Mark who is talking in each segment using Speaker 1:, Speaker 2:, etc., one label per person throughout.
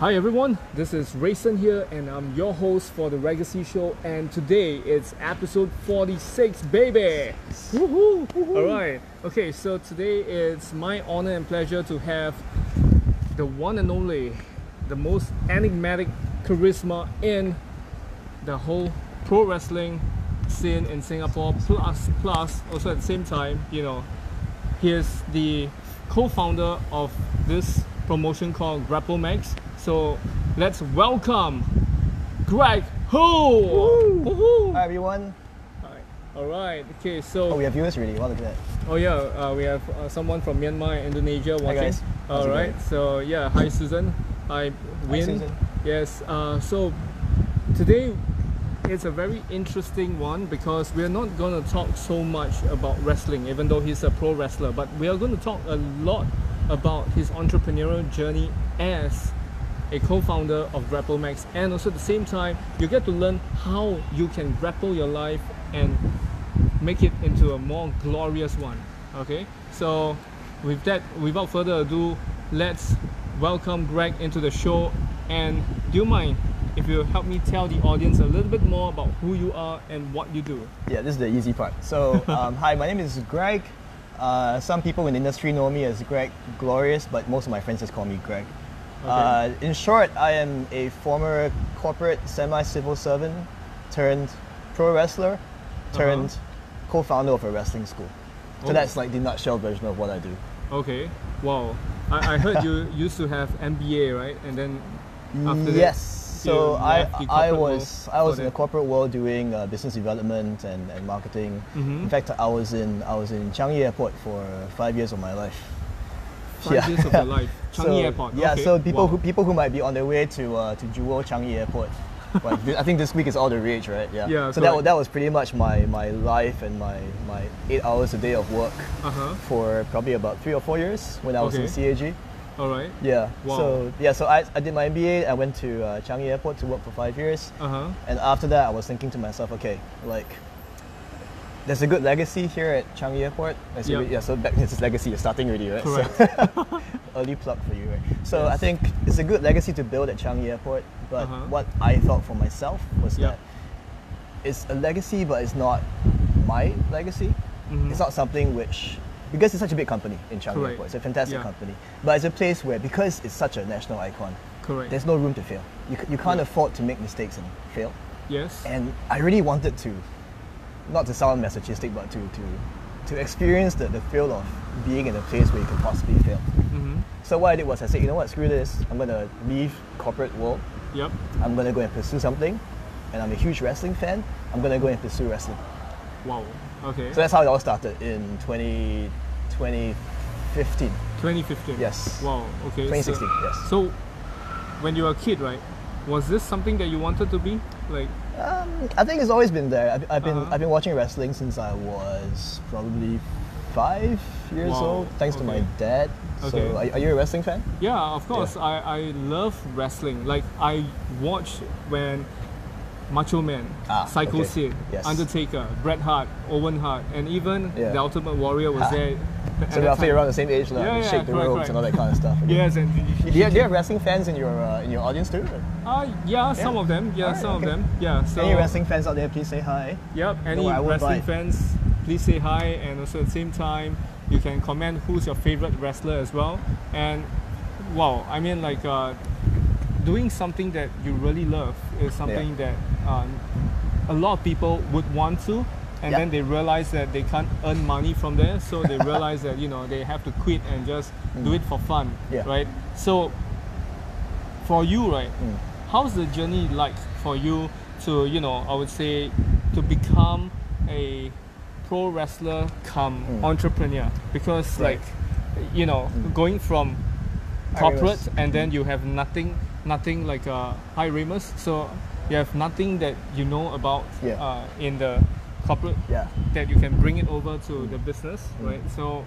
Speaker 1: Hi everyone, this is Rayson here, and I'm your host for the Legacy Show. And today it's episode 46, baby. Woohoo! All right. Okay, so today it's my honor and pleasure to have the one and only, the most enigmatic charisma in the whole pro wrestling scene in Singapore. Plus, plus, also at the same time, you know, he is the co-founder of this promotion called Grapple Max. So let's welcome Greg Ho. Woohoo!
Speaker 2: Hi everyone.
Speaker 1: All right. Okay.
Speaker 2: Oh,
Speaker 1: So
Speaker 2: we have viewers really. Wow, look at that.
Speaker 1: oh yeah, uh, we have uh, someone from Myanmar, and Indonesia watching.
Speaker 2: guys. How's
Speaker 1: All
Speaker 2: it
Speaker 1: right.
Speaker 2: going?
Speaker 1: So yeah. Hi Susan. Hi Win.
Speaker 2: Susan.
Speaker 1: Yes. Uh, so today it's a very interesting one because we're not going to talk so much about wrestling, even though he's a pro wrestler, but we are going to talk a lot about his entrepreneurial journey as a co-founder of GrappleMax and also at the same time you get to learn how you can grapple your life and make it into a more glorious one. Okay? So with that without further ado, let's welcome Greg into the show and do you mind if you help me tell the audience a little bit more about who you are and what you do?
Speaker 2: Yeah, this is the easy part. So, um, hi, my name is Greg. Uh, some people in the industry know me as Greg Glorious, but most of my friends just call me Greg. Uh, in short, I am a former corporate semi-civil servant turned pro wrestler turned co-founder of a wrestling school. So
Speaker 1: Oh.
Speaker 2: that's like the nutshell version of what I do.
Speaker 1: Okay. Wow. I, I heard you used to have MBA, right? And then after that,
Speaker 2: yes.
Speaker 1: you
Speaker 2: So I,
Speaker 1: left the
Speaker 2: I
Speaker 1: corporate
Speaker 2: was
Speaker 1: world
Speaker 2: I was
Speaker 1: for
Speaker 2: in the
Speaker 1: that.
Speaker 2: corporate world doing uh, business development and, and marketing.
Speaker 1: Mm-hmm.
Speaker 2: In fact, I was in I was in Changi Airport for five years of my life.
Speaker 1: five
Speaker 2: yeah.
Speaker 1: years of your life. Changi
Speaker 2: so,
Speaker 1: Airport.
Speaker 2: Yeah.
Speaker 1: okay.
Speaker 2: So people
Speaker 1: Wow.
Speaker 2: who people who might be on their way to uh, to Jewel Changi Airport. Like, thi- I think this week is all the rage, right? Yeah.
Speaker 1: Yeah,
Speaker 2: so that, wa-
Speaker 1: correct.
Speaker 2: that was pretty much my, my life and my, my eight hours a day of work
Speaker 1: Uh-huh.
Speaker 2: for probably about three or four years when I was in
Speaker 1: Okay.
Speaker 2: CAG.
Speaker 1: All right.
Speaker 2: Yeah.
Speaker 1: Wow.
Speaker 2: So yeah, so I, I did my MBA. I went to uh, Changi Airport to work for five years,
Speaker 1: Uh-huh.
Speaker 2: and after that, I was thinking to myself, okay, like. There's a good legacy here at Changi Airport. There's a
Speaker 1: Yep.
Speaker 2: good- yeah, so back, this is legacy. You're starting already, right? So-
Speaker 1: Correct.
Speaker 2: early plug for you, right? So I
Speaker 1: Yes.
Speaker 2: think it's a good legacy to build at Changi Airport. But
Speaker 1: Uh-huh.
Speaker 2: what I thought for myself was
Speaker 1: Yeah.
Speaker 2: that it's a legacy, but it's not my legacy.
Speaker 1: Mhm.
Speaker 2: It's not something which because it's such a big company in Changi
Speaker 1: Correct.
Speaker 2: Airport. It's a fantastic
Speaker 1: Yeah.
Speaker 2: company, but it's a place where because it's such a national icon,
Speaker 1: Correct.
Speaker 2: there's no room to fail. You, c- you can't
Speaker 1: Yeah.
Speaker 2: afford to make mistakes and fail.
Speaker 1: yes.
Speaker 2: And I really wanted to, not to sound masochistic, but to to to experience the, the thrill of being in a place where you can possibly fail.
Speaker 1: hmm
Speaker 2: So what I did was I said, you know what, screw this. I'm gonna leave corporate world.
Speaker 1: Yep.
Speaker 2: I'm gonna go and pursue something. And I'm a huge wrestling fan. I'm gonna go and pursue wrestling.
Speaker 1: Wow. Okay.
Speaker 2: So that's how it all started in 20, 2015.
Speaker 1: 2015.
Speaker 2: Yes.
Speaker 1: Wow. Okay.
Speaker 2: 2016,
Speaker 1: So,
Speaker 2: yes.
Speaker 1: so, when you were a kid, right? Was this something that you wanted to be? Like,
Speaker 2: Um, I think it's always been there. I've, I've been
Speaker 1: Uh-huh.
Speaker 2: I've been watching wrestling since I was probably five years
Speaker 1: Wow,
Speaker 2: old, thanks to my
Speaker 1: okay.
Speaker 2: dad.
Speaker 1: Okay.
Speaker 2: So are, are you a wrestling fan?
Speaker 1: yeah, of course. I I love wrestling. Like, I watched when Macho Man,
Speaker 2: Ah,
Speaker 1: Psycho
Speaker 2: okay.
Speaker 1: Sid,
Speaker 2: Yes.
Speaker 1: Undertaker, Bret Hart, Owen Hart, and even
Speaker 2: Yeah.
Speaker 1: the Ultimate Warrior was
Speaker 2: Ha.
Speaker 1: there. at
Speaker 2: So
Speaker 1: that
Speaker 2: roughly
Speaker 1: time.
Speaker 2: around the same age, like,
Speaker 1: Yeah, yeah,
Speaker 2: shake the
Speaker 1: correct,
Speaker 2: ropes
Speaker 1: correct.
Speaker 2: and all that kind of stuff.
Speaker 1: Yes, and
Speaker 2: Do you, do you have wrestling fans in your uh, in your audience too?
Speaker 1: uh, yeah, some of them. Yeah,
Speaker 2: Alright,
Speaker 1: some
Speaker 2: okay.
Speaker 1: of them. Yeah. So
Speaker 2: Any wrestling fans out there, please say hi.
Speaker 1: Yep, any
Speaker 2: I won't
Speaker 1: wrestling
Speaker 2: bite.
Speaker 1: fans, please say hi, and also at the same time, you can comment who's your favorite wrestler as well. And wow, I mean, like uh, doing something that you really love is something that um, a lot of people would want to, and
Speaker 2: Yeah.
Speaker 1: then they realize that they can't earn money from there, so they realize that you know they have to quit and just do it for fun,
Speaker 2: Mm. Yeah.
Speaker 1: right? So for you, right?
Speaker 2: Mm.
Speaker 1: How's the journey like for you to, you know, I would say, to become a pro wrestler come entrepreneur? Because
Speaker 2: Mm. Right. Mm.
Speaker 1: like, you know, going from
Speaker 2: High Mm.
Speaker 1: corporate
Speaker 2: Remus.
Speaker 1: and then you have nothing, nothing like uh, high remus. So you have nothing that you know about
Speaker 2: Yeah.
Speaker 1: uh, in the corporate
Speaker 2: Yeah.
Speaker 1: that you can bring it over to
Speaker 2: Mm.
Speaker 1: the business, right? So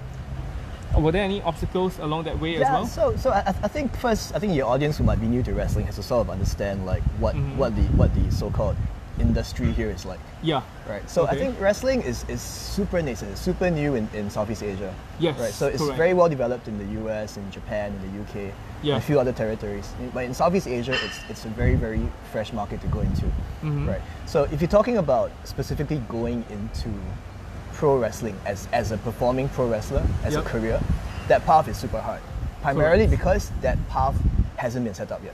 Speaker 1: were there any obstacles along that way as
Speaker 2: Yeah,
Speaker 1: well?
Speaker 2: so so I, I think first I think your audience who might be new to wrestling has to sort of understand like what
Speaker 1: Mhm.
Speaker 2: what the what the so called industry here is like.
Speaker 1: Yeah.
Speaker 2: Right. So I
Speaker 1: Okay.
Speaker 2: think wrestling is, is super nascent, it's super new in, in Southeast Asia.
Speaker 1: Yes,
Speaker 2: Right. So it's
Speaker 1: correct.
Speaker 2: very well developed in the US, in Japan, in the UK,
Speaker 1: Yeah.
Speaker 2: and a few other territories. But in Southeast Asia, it's it's a very very fresh market to go into.
Speaker 1: Mm-hmm.
Speaker 2: Right. So if you're talking about specifically going into pro wrestling as as a performing pro wrestler as
Speaker 1: Yep.
Speaker 2: a career, that path is super hard. Primarily because that path hasn't been set up yet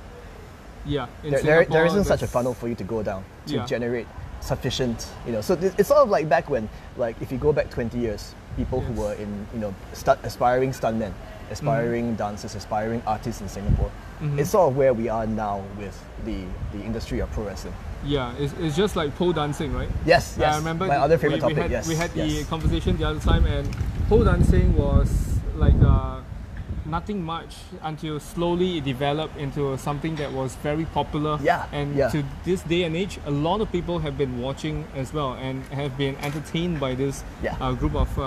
Speaker 1: Yeah. In
Speaker 2: there, there, there
Speaker 1: Singapore,
Speaker 2: isn't such a
Speaker 1: there's-
Speaker 2: funnel for you to go down to
Speaker 1: Yeah.
Speaker 2: generate sufficient you know so th- it's sort of like back when like if you go back 20 years people
Speaker 1: Yes.
Speaker 2: who were in you know stu- aspiring stuntmen aspiring
Speaker 1: Mm-hmm.
Speaker 2: dancers aspiring artists in singapore it's sort of where we are now with the the industry of pro wrestling
Speaker 1: Yeah, it's, it's just like pole dancing, right?
Speaker 2: yes
Speaker 1: Yeah,
Speaker 2: yes
Speaker 1: I remember
Speaker 2: my
Speaker 1: the-
Speaker 2: other favorite
Speaker 1: we,
Speaker 2: topic
Speaker 1: we had,
Speaker 2: yes
Speaker 1: We had
Speaker 2: yes.
Speaker 1: the conversation the other time, and pole dancing was like uh, nothing much until slowly it developed into something that was very popular.
Speaker 2: Yeah,
Speaker 1: And
Speaker 2: yeah.
Speaker 1: to this day and age, a lot of people have been watching as well and have been entertained by this
Speaker 2: Yeah. Mm-hmm.
Speaker 1: uh, group of uh,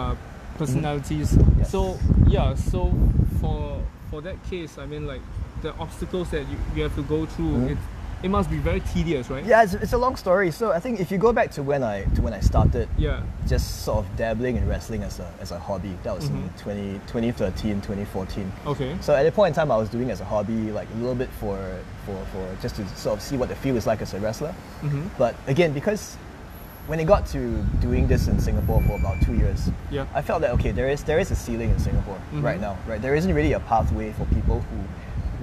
Speaker 1: personalities.
Speaker 2: Yes.
Speaker 1: So yeah, so for for that case, I mean like the obstacles that you, you have to go through, it it must be very tedious, right?
Speaker 2: Mm-hmm. yeah it's, it's a long story so i think if you go back to when i to when i started
Speaker 1: Yeah.
Speaker 2: just sort of dabbling in wrestling as a, as a hobby that was
Speaker 1: Mm-hmm.
Speaker 2: in 20, 2013 2014
Speaker 1: Okay.
Speaker 2: So at that point in time, I was doing it as a hobby, like a little bit for, for, for just to sort of see what the feel is like as a wrestler.
Speaker 1: Mm-hmm.
Speaker 2: But again, because when it got to doing this in Singapore for about two years,
Speaker 1: Yeah. Mm-hmm.
Speaker 2: I felt that okay, there is there is a ceiling in Singapore right now, right? There isn't really a pathway for people who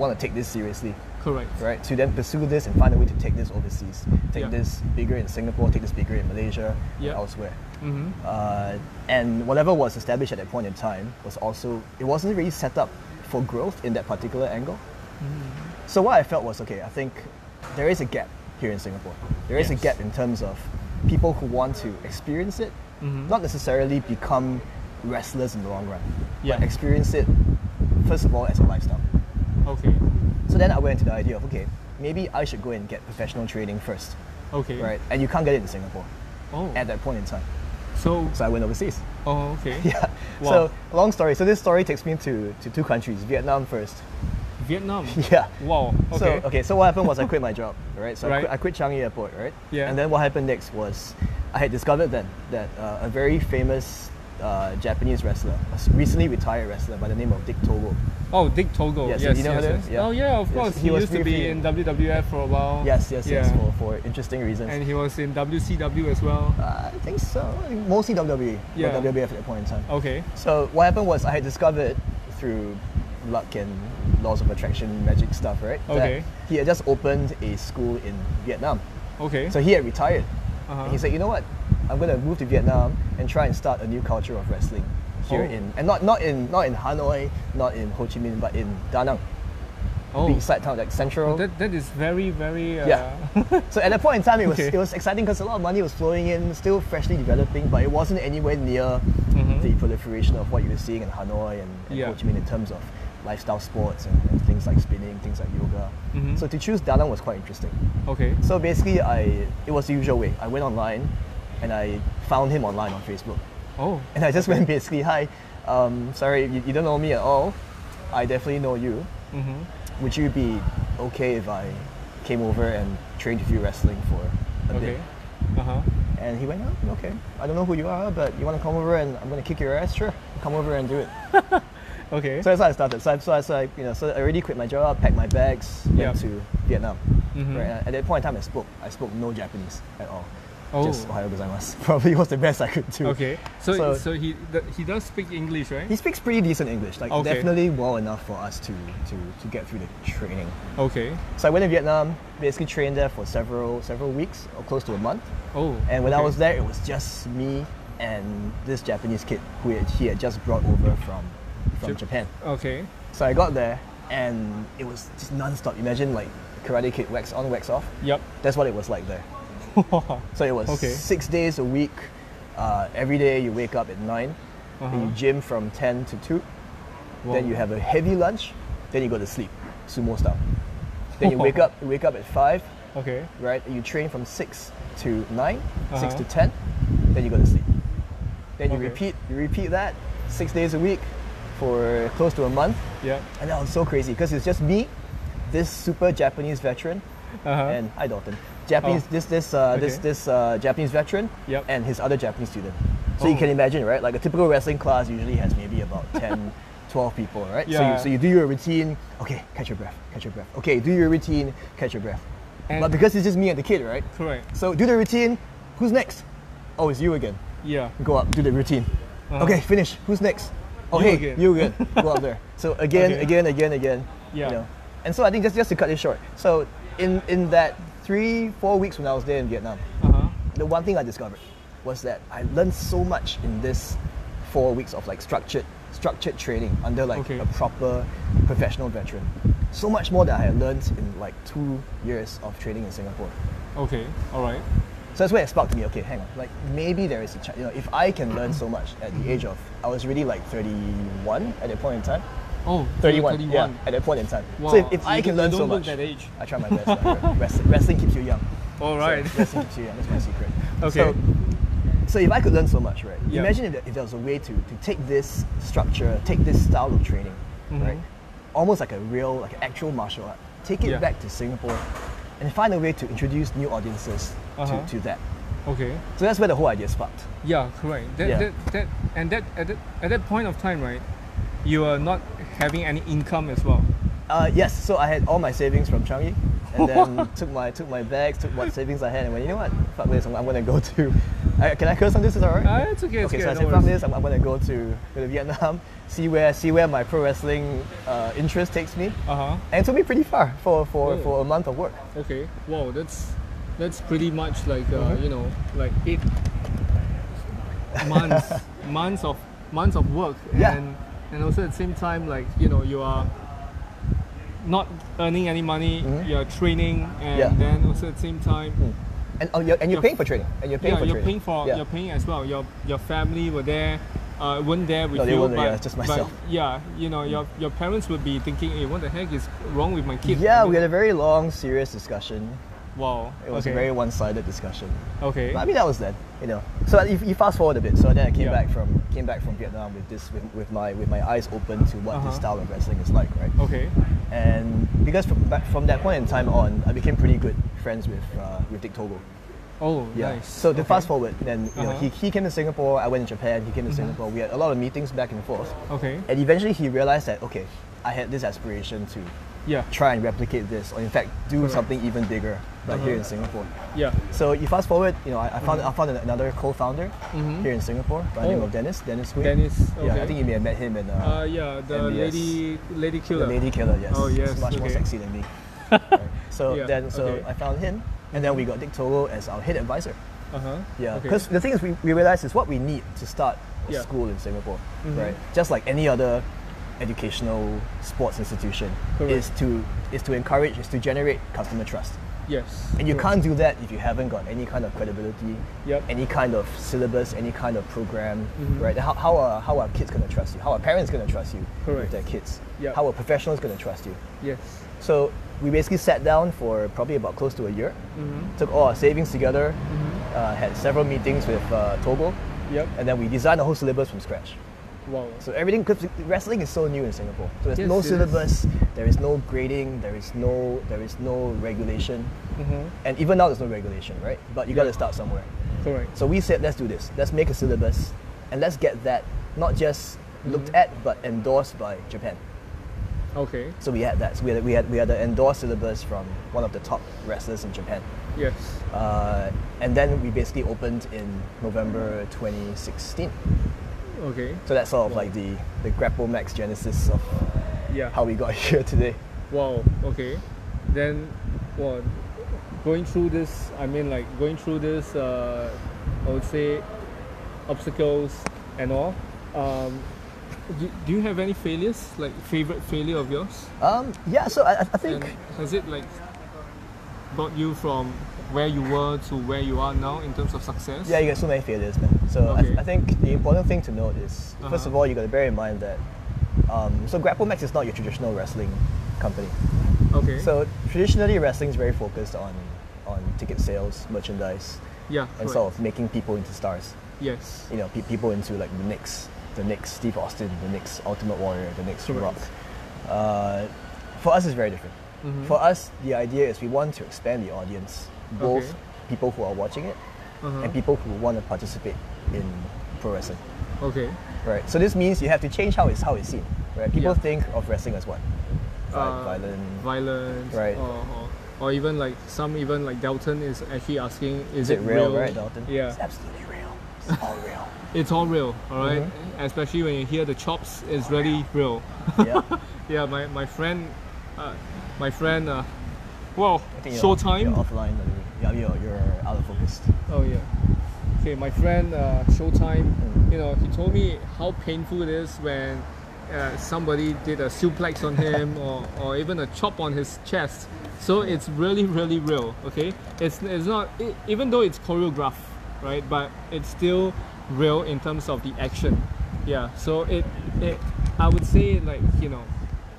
Speaker 2: want to take this seriously,
Speaker 1: Correct.
Speaker 2: right? To then pursue this and find a way to take this overseas, take
Speaker 1: Yeah.
Speaker 2: this bigger in Singapore, take this bigger in Malaysia, and
Speaker 1: Yeah.
Speaker 2: elsewhere
Speaker 1: Mm-hmm.
Speaker 2: uh, and whatever was established at that point in time was also it wasn't really set up for growth in that particular angle.
Speaker 1: Mm-hmm.
Speaker 2: So what I felt was okay. I think there is a gap here in Singapore. There is
Speaker 1: Yes.
Speaker 2: a gap in terms of people who want to experience it,
Speaker 1: Mm-hmm.
Speaker 2: not necessarily become wrestlers in the long run,
Speaker 1: Yeah.
Speaker 2: but experience it first of all as a lifestyle.
Speaker 1: Okay.
Speaker 2: So then I went into the idea of okay, maybe I should go and get professional training first,
Speaker 1: Okay.
Speaker 2: right? And you can't get it in Singapore
Speaker 1: Oh.
Speaker 2: at that point in time.
Speaker 1: so.
Speaker 2: So I went overseas.
Speaker 1: Oh. Okay.
Speaker 2: Yeah.
Speaker 1: Wow.
Speaker 2: So long story. So this story takes me to, to two countries. Vietnam first.
Speaker 1: Vietnam.
Speaker 2: Yeah.
Speaker 1: Wow. Okay.
Speaker 2: So uh, okay. So what happened was I quit my job. Right. So I,
Speaker 1: Right.
Speaker 2: quit, I quit Changi Airport. Right.
Speaker 1: Yeah.
Speaker 2: And then what happened next was I had discovered then that uh, a very famous uh, Japanese wrestler, a s- recently retired wrestler by the name of Dick Togo.
Speaker 1: Oh, Dick Togo.
Speaker 2: Yes,
Speaker 1: Yes.
Speaker 2: you know
Speaker 1: yes,
Speaker 2: who that
Speaker 1: yes.
Speaker 2: is? Yeah.
Speaker 1: Oh yeah, of
Speaker 2: Yes,
Speaker 1: course.
Speaker 2: he
Speaker 1: He,
Speaker 2: was
Speaker 1: used to
Speaker 2: briefly-
Speaker 1: be in WWF for a while.
Speaker 2: Yes. Yes. Yes.
Speaker 1: Yeah.
Speaker 2: For, for interesting reasons.
Speaker 1: And he was in WCW as well.
Speaker 2: uh, I think so. I think Mostly E, WWE.
Speaker 1: Yeah.
Speaker 2: Or WWF at that point in time.
Speaker 1: Okay.
Speaker 2: So what happened was I had discovered through luck and laws of attraction, magic stuff, right?
Speaker 1: Okay.
Speaker 2: That he had just opened a school in Vietnam.
Speaker 1: Okay.
Speaker 2: So he had retired.
Speaker 1: Uh-huh.
Speaker 2: And he said, you know what? I'm gonna move to Vietnam and try and start a new culture of wrestling here
Speaker 1: Oh.
Speaker 2: in and not, not in not in Hanoi, not in Ho Chi Minh, but in Da Nang.
Speaker 1: oh.
Speaker 2: Big side town like central.
Speaker 1: That, that is very very uh,
Speaker 2: Yeah. so at that point in time, it was
Speaker 1: Okay.
Speaker 2: it was exciting because a lot of money was flowing in, still freshly developing, but it wasn't anywhere near the proliferation of what you were seeing in Hanoi and, and
Speaker 1: Mm-hmm. Yeah.
Speaker 2: Ho Chi Minh in terms of lifestyle sports and, and things like spinning, things like yoga.
Speaker 1: Mhm.
Speaker 2: So to choose Da Nang was quite interesting.
Speaker 1: okay
Speaker 2: So basically, I it was the usual way. I went online, and I found him online on Facebook,
Speaker 1: oh
Speaker 2: and I just went basically, hi, um, sorry, you, you don't know me at all. I definitely know you
Speaker 1: mm-hmm.
Speaker 2: would you be okay if I came over and trained with you wrestling for a
Speaker 1: okay
Speaker 2: bit?
Speaker 1: uh-huh
Speaker 2: And he went, oh, okay. I don't know who you are, but you want to come over and I'm going to kick your ass? Sure. Come over and do it.
Speaker 1: okay
Speaker 2: So that's how I started. So, I, so, I, so I, you know, so I already quit my job, packed my bags, went
Speaker 1: Yeah.
Speaker 2: to Vietnam.
Speaker 1: Mhm.
Speaker 2: Right? At that point in time, I spoke. I spoke no Japanese at all.
Speaker 1: Oh.
Speaker 2: Just Ohio gozaimasu. Probably was the best I could do.
Speaker 1: okay so
Speaker 2: So-
Speaker 1: so, he th- he does speak English right
Speaker 2: He speaks pretty decent English, like
Speaker 1: Okay.
Speaker 2: definitely well enough for us to, to, to get through the training.
Speaker 1: okay
Speaker 2: So I went to Vietnam, basically trained there for several several weeks, or close to a month.
Speaker 1: oh
Speaker 2: And when I
Speaker 1: okay.
Speaker 2: was there, it was just me and this Japanese kid who had, he had just brought over from from
Speaker 1: Jap-
Speaker 2: Japan.
Speaker 1: okay
Speaker 2: So I got there, and it was just non-stop. Imagine like Karate Kid, wax on, wax off.
Speaker 1: yep
Speaker 2: That's what it was like there. So it was
Speaker 1: Okay.
Speaker 2: six days a week. Uh, every day you wake up at 9 then you
Speaker 1: Uh-huh.
Speaker 2: gym from ten to two.
Speaker 1: Wow.
Speaker 2: Then you have a heavy lunch. Then you go to sleep, sumo style. Then you wake up. You wake up at five
Speaker 1: okay
Speaker 2: right? You train from 6 to 9, 6
Speaker 1: Uh-huh.
Speaker 2: to 10, then you go to sleep. Then you
Speaker 1: Okay.
Speaker 2: repeat, you repeat that 6 days a week for close to a month.
Speaker 1: yep
Speaker 2: And that was so crazy because it's just me, this super Japanese veteran,
Speaker 1: uh-huh.
Speaker 2: and hi Dalton. Japanese
Speaker 1: Oh.
Speaker 2: this this uh, this
Speaker 1: Okay.
Speaker 2: this uh, Japanese veteran
Speaker 1: Yep.
Speaker 2: and his other Japanese student. So
Speaker 1: Oh.
Speaker 2: you can imagine, right? Like a typical wrestling class usually has maybe about 10, 12 people, right?
Speaker 1: Yeah.
Speaker 2: So, you, so you do your routine. Okay, catch your breath, catch your breath. Okay, do your routine, catch your breath.
Speaker 1: And-
Speaker 2: but because it's just me and the kid, right?
Speaker 1: Correct.
Speaker 2: So do the routine. Who's next? Oh, it's you again.
Speaker 1: Yeah.
Speaker 2: Go up, do the routine.
Speaker 1: Uh-huh.
Speaker 2: Okay, finish. Who's next? Oh,
Speaker 1: You
Speaker 2: hey,
Speaker 1: again.
Speaker 2: you again. Go up there. So again,
Speaker 1: Okay.
Speaker 2: again, again, again.
Speaker 1: Yeah.
Speaker 2: And so I think just just to cut it short. So in in that three four weeks when I was there in Vietnam,
Speaker 1: Uh-huh.
Speaker 2: the one thing I discovered was that I learned so much in this four weeks of like structured structured training under like
Speaker 1: Okay.
Speaker 2: a proper professional veteran. So much more that I had learned in like two years of training in Singapore.
Speaker 1: Okay. All right.
Speaker 2: So that's where it sparked to me. Okay, hang on. Like maybe there is a chance. You know, if I can learn so much at the age of, I was really like 31 at that point in time.
Speaker 1: Oh,
Speaker 2: 31,
Speaker 1: 31.
Speaker 2: yeah, at that point in time.
Speaker 1: Wow.
Speaker 2: So if, if
Speaker 1: So
Speaker 2: I
Speaker 1: you
Speaker 2: can
Speaker 1: don't-
Speaker 2: learn
Speaker 1: you
Speaker 2: so
Speaker 1: don't look
Speaker 2: much,
Speaker 1: that age.
Speaker 2: I try my best. lah. wrestling, wrestling keeps you young.
Speaker 1: All right.
Speaker 2: So wrestling keeps you young. That's my secret.
Speaker 1: Okay.
Speaker 2: So, so if I could learn so much, right?
Speaker 1: Yeah.
Speaker 2: Imagine if there, if there was a way to, to take this structure, take this style of training,
Speaker 1: Mm-hmm.
Speaker 2: right? Almost like a real, like an actual martial art. Take it
Speaker 1: Yeah.
Speaker 2: back to Singapore, and find a way to introduce new audiences
Speaker 1: Uh-huh.
Speaker 2: to, to that.
Speaker 1: Okay.
Speaker 2: So that's where the whole idea sparked.
Speaker 1: Yeah, correct. That,
Speaker 2: Yeah.
Speaker 1: that, that, and that at, that at that point of time, right, you are not having any income as well.
Speaker 2: Uh, yes, so I had all my savings from Changi, and then took my took my bags, took what savings I had, and went, you know what, fuck this, I'm, I'm gonna go to. I, can I curse on this? Is that alright?
Speaker 1: Uh, it's okay, it's okay,
Speaker 2: okay, so I
Speaker 1: no
Speaker 2: said, fuck
Speaker 1: worries."
Speaker 2: this, I'm, I'm gonna go to, go to Vietnam, see where see where my pro wrestling uh, interest takes me,
Speaker 1: Uh huh.
Speaker 2: and it took me pretty far for for,
Speaker 1: Oh.
Speaker 2: for a month of work.
Speaker 1: Okay. Wow, that's that's pretty much like uh,
Speaker 2: Uh-huh.
Speaker 1: you know like eight months months of months of work
Speaker 2: Yeah.
Speaker 1: and and also at the same time like you know you are not earning any money you are training and
Speaker 2: Mm-hmm. Yeah.
Speaker 1: then also at the same time
Speaker 2: And oh, you're, and you're
Speaker 1: You're-
Speaker 2: paying for training, and you're paying
Speaker 1: yeah
Speaker 2: for
Speaker 1: you're
Speaker 2: training.
Speaker 1: paying for
Speaker 2: yeah.
Speaker 1: you're paying as well your your family were there uh, weren't there with
Speaker 2: No, they
Speaker 1: you
Speaker 2: weren't
Speaker 1: but,
Speaker 2: there, yeah, it's just
Speaker 1: but
Speaker 2: myself.
Speaker 1: yeah you know your your parents would be thinking hey what the heck is wrong with my kid
Speaker 2: yeah,
Speaker 1: And
Speaker 2: we had
Speaker 1: then-
Speaker 2: a very long, serious discussion.
Speaker 1: wow
Speaker 2: It was
Speaker 1: okay
Speaker 2: a very one-sided discussion.
Speaker 1: okay
Speaker 2: But I mean that was then, you know. So if you fast forward a bit, so then I came
Speaker 1: Yeah.
Speaker 2: back from came back from Vietnam with this with, with my with my eyes open to what
Speaker 1: Uh-huh. Oh.
Speaker 2: this style of wrestling is like, right?
Speaker 1: okay
Speaker 2: And because from back, from that point in time on, I became pretty good friends with uh, with Dick Togo.
Speaker 1: oh
Speaker 2: Yeah.
Speaker 1: nice
Speaker 2: So to
Speaker 1: okay.
Speaker 2: fast forward, then you know
Speaker 1: Uh-huh. Mm-hmm.
Speaker 2: he, he came to Singapore. I went to Japan. He came to Singapore. We had a lot of meetings back and forth,
Speaker 1: okay
Speaker 2: and eventually he realized that okay, I had this aspiration to
Speaker 1: yeah
Speaker 2: try and replicate this, or in fact do
Speaker 1: Correct. Uh-huh.
Speaker 2: something even bigger, like here in Singapore.
Speaker 1: yeah
Speaker 2: So you fast forward, you know, I, I found I found another co-founder
Speaker 1: Mhm.
Speaker 2: here in Singapore by the name
Speaker 1: Mm-hmm. Oh.
Speaker 2: of Dennis. Dennis Hui.
Speaker 1: Dennis,
Speaker 2: Yeah, I
Speaker 1: okay.
Speaker 2: think you may have met him in uh,
Speaker 1: Uh, yeah, the
Speaker 2: MBS.
Speaker 1: lady, lady killer.
Speaker 2: the Lady Killer. Yes.
Speaker 1: Oh, yes,
Speaker 2: He's much more
Speaker 1: okay.
Speaker 2: sexy than me. Right. So
Speaker 1: Yeah,
Speaker 2: then, so
Speaker 1: okay.
Speaker 2: I found him, and then we got Dick Togo as our head advisor.
Speaker 1: Uh huh.
Speaker 2: Yeah.
Speaker 1: Okay.
Speaker 2: Because the thing is, we, we realized is what we need to start a
Speaker 1: Yeah. Mm-hmm.
Speaker 2: school in Singapore, right? Just like any other educational sports institution,
Speaker 1: Correct.
Speaker 2: is to is to encourage, is to generate customer trust.
Speaker 1: yes.
Speaker 2: And you
Speaker 1: correct.
Speaker 2: can't do that if you haven't got any kind of credibility,
Speaker 1: Yep.
Speaker 2: any kind of syllabus, any kind of program,
Speaker 1: Mm-hmm.
Speaker 2: right? How, how, are, how are kids going to trust you? How are parents going to trust you
Speaker 1: Correct.
Speaker 2: with their kids?
Speaker 1: Yep.
Speaker 2: How are professionals going to trust you?
Speaker 1: Yes.
Speaker 2: So we basically sat down for probably about close to a year,
Speaker 1: Mm-hmm.
Speaker 2: took all our savings together, uh, had several meetings with uh, Togo,
Speaker 1: Yep.
Speaker 2: and then we designed the whole syllabus from scratch.
Speaker 1: Wow.
Speaker 2: So everything, because wrestling is so new in Singapore. So there's
Speaker 1: Yes,
Speaker 2: no
Speaker 1: it is.
Speaker 2: syllabus, there is no grading, there is no there is no regulation,
Speaker 1: Mhm.
Speaker 2: and even now there's no regulation, right? But you got to start somewhere.
Speaker 1: Correct.
Speaker 2: So we said, let's do this. Let's make a syllabus, and let's get that not just looked at but endorsed by Japan.
Speaker 1: Okay.
Speaker 2: So we had that. So we had we had we had an endorsed syllabus from one of the top wrestlers in Japan.
Speaker 1: Yes.
Speaker 2: Uh, and then we basically opened in November 2016.
Speaker 1: Okay.
Speaker 2: So that's sort of like the, the Grapple Max genesis of
Speaker 1: Yeah.
Speaker 2: how we got here today.
Speaker 1: Wow. Okay. Then, well, going through this, I mean, like going through this, uh, I would say, obstacles and all. Um, do, do you have any failures? Like favorite failure of yours?
Speaker 2: Um, yeah, so I, I
Speaker 1: And
Speaker 2: think
Speaker 1: has it like brought you from where you were to where you are now in terms of success?
Speaker 2: yeah, you get so many failures, man. So
Speaker 1: Okay.
Speaker 2: I, I think the important thing to note is first
Speaker 1: Uh-huh.
Speaker 2: of all you got to bear in mind that um, so Grapple Max is not your traditional wrestling company.
Speaker 1: Okay.
Speaker 2: So traditionally wrestling is very focused on on ticket sales, merchandise,
Speaker 1: yeah.
Speaker 2: and
Speaker 1: correct.
Speaker 2: sort of making people into stars.
Speaker 1: Yes.
Speaker 2: you know, pe- people into like the next, the next Steve Austin, the next Ultimate Warrior, the next
Speaker 1: Correct.
Speaker 2: Rock.
Speaker 1: Mm-hmm.
Speaker 2: Uh, for us, it's very different. For us, the idea is we want to expand the audience both
Speaker 1: Okay.
Speaker 2: people who are watching it
Speaker 1: Uh-huh.
Speaker 2: and people who want to participate in pro wrestling.
Speaker 1: Okay.
Speaker 2: Right. So this means you have to change how it's how it's seen. Right. People
Speaker 1: Yeah.
Speaker 2: think of wrestling as what? Vi-
Speaker 1: Uh,
Speaker 2: violent.
Speaker 1: Violence.
Speaker 2: Right.
Speaker 1: Or, or, or even like some even like Dalton is actually asking, is,
Speaker 2: Is it real,
Speaker 1: real?
Speaker 2: right, Dalton?
Speaker 1: Yeah.
Speaker 2: It's absolutely real. It's all real.
Speaker 1: It's all real, all right?
Speaker 2: Mm-hmm.
Speaker 1: Especially when you hear the chops, it's really real.
Speaker 2: yeah.
Speaker 1: Yeah, my my friend, uh, my friend. Uh, well,
Speaker 2: I think you're, You're
Speaker 1: Showtime.
Speaker 2: offline. by the way. Yeah, you're, you're out of focus.
Speaker 1: Oh yeah. Okay, my friend uh, Showtime.
Speaker 2: Mm.
Speaker 1: You know, he told me how painful it is when uh, somebody did a suplex on him or, or even a chop on his chest. So it's really really real. Okay, it's it's not e- even though it's choreographed, right? But it's still real in terms of the action. Yeah. So it it I would say like you know,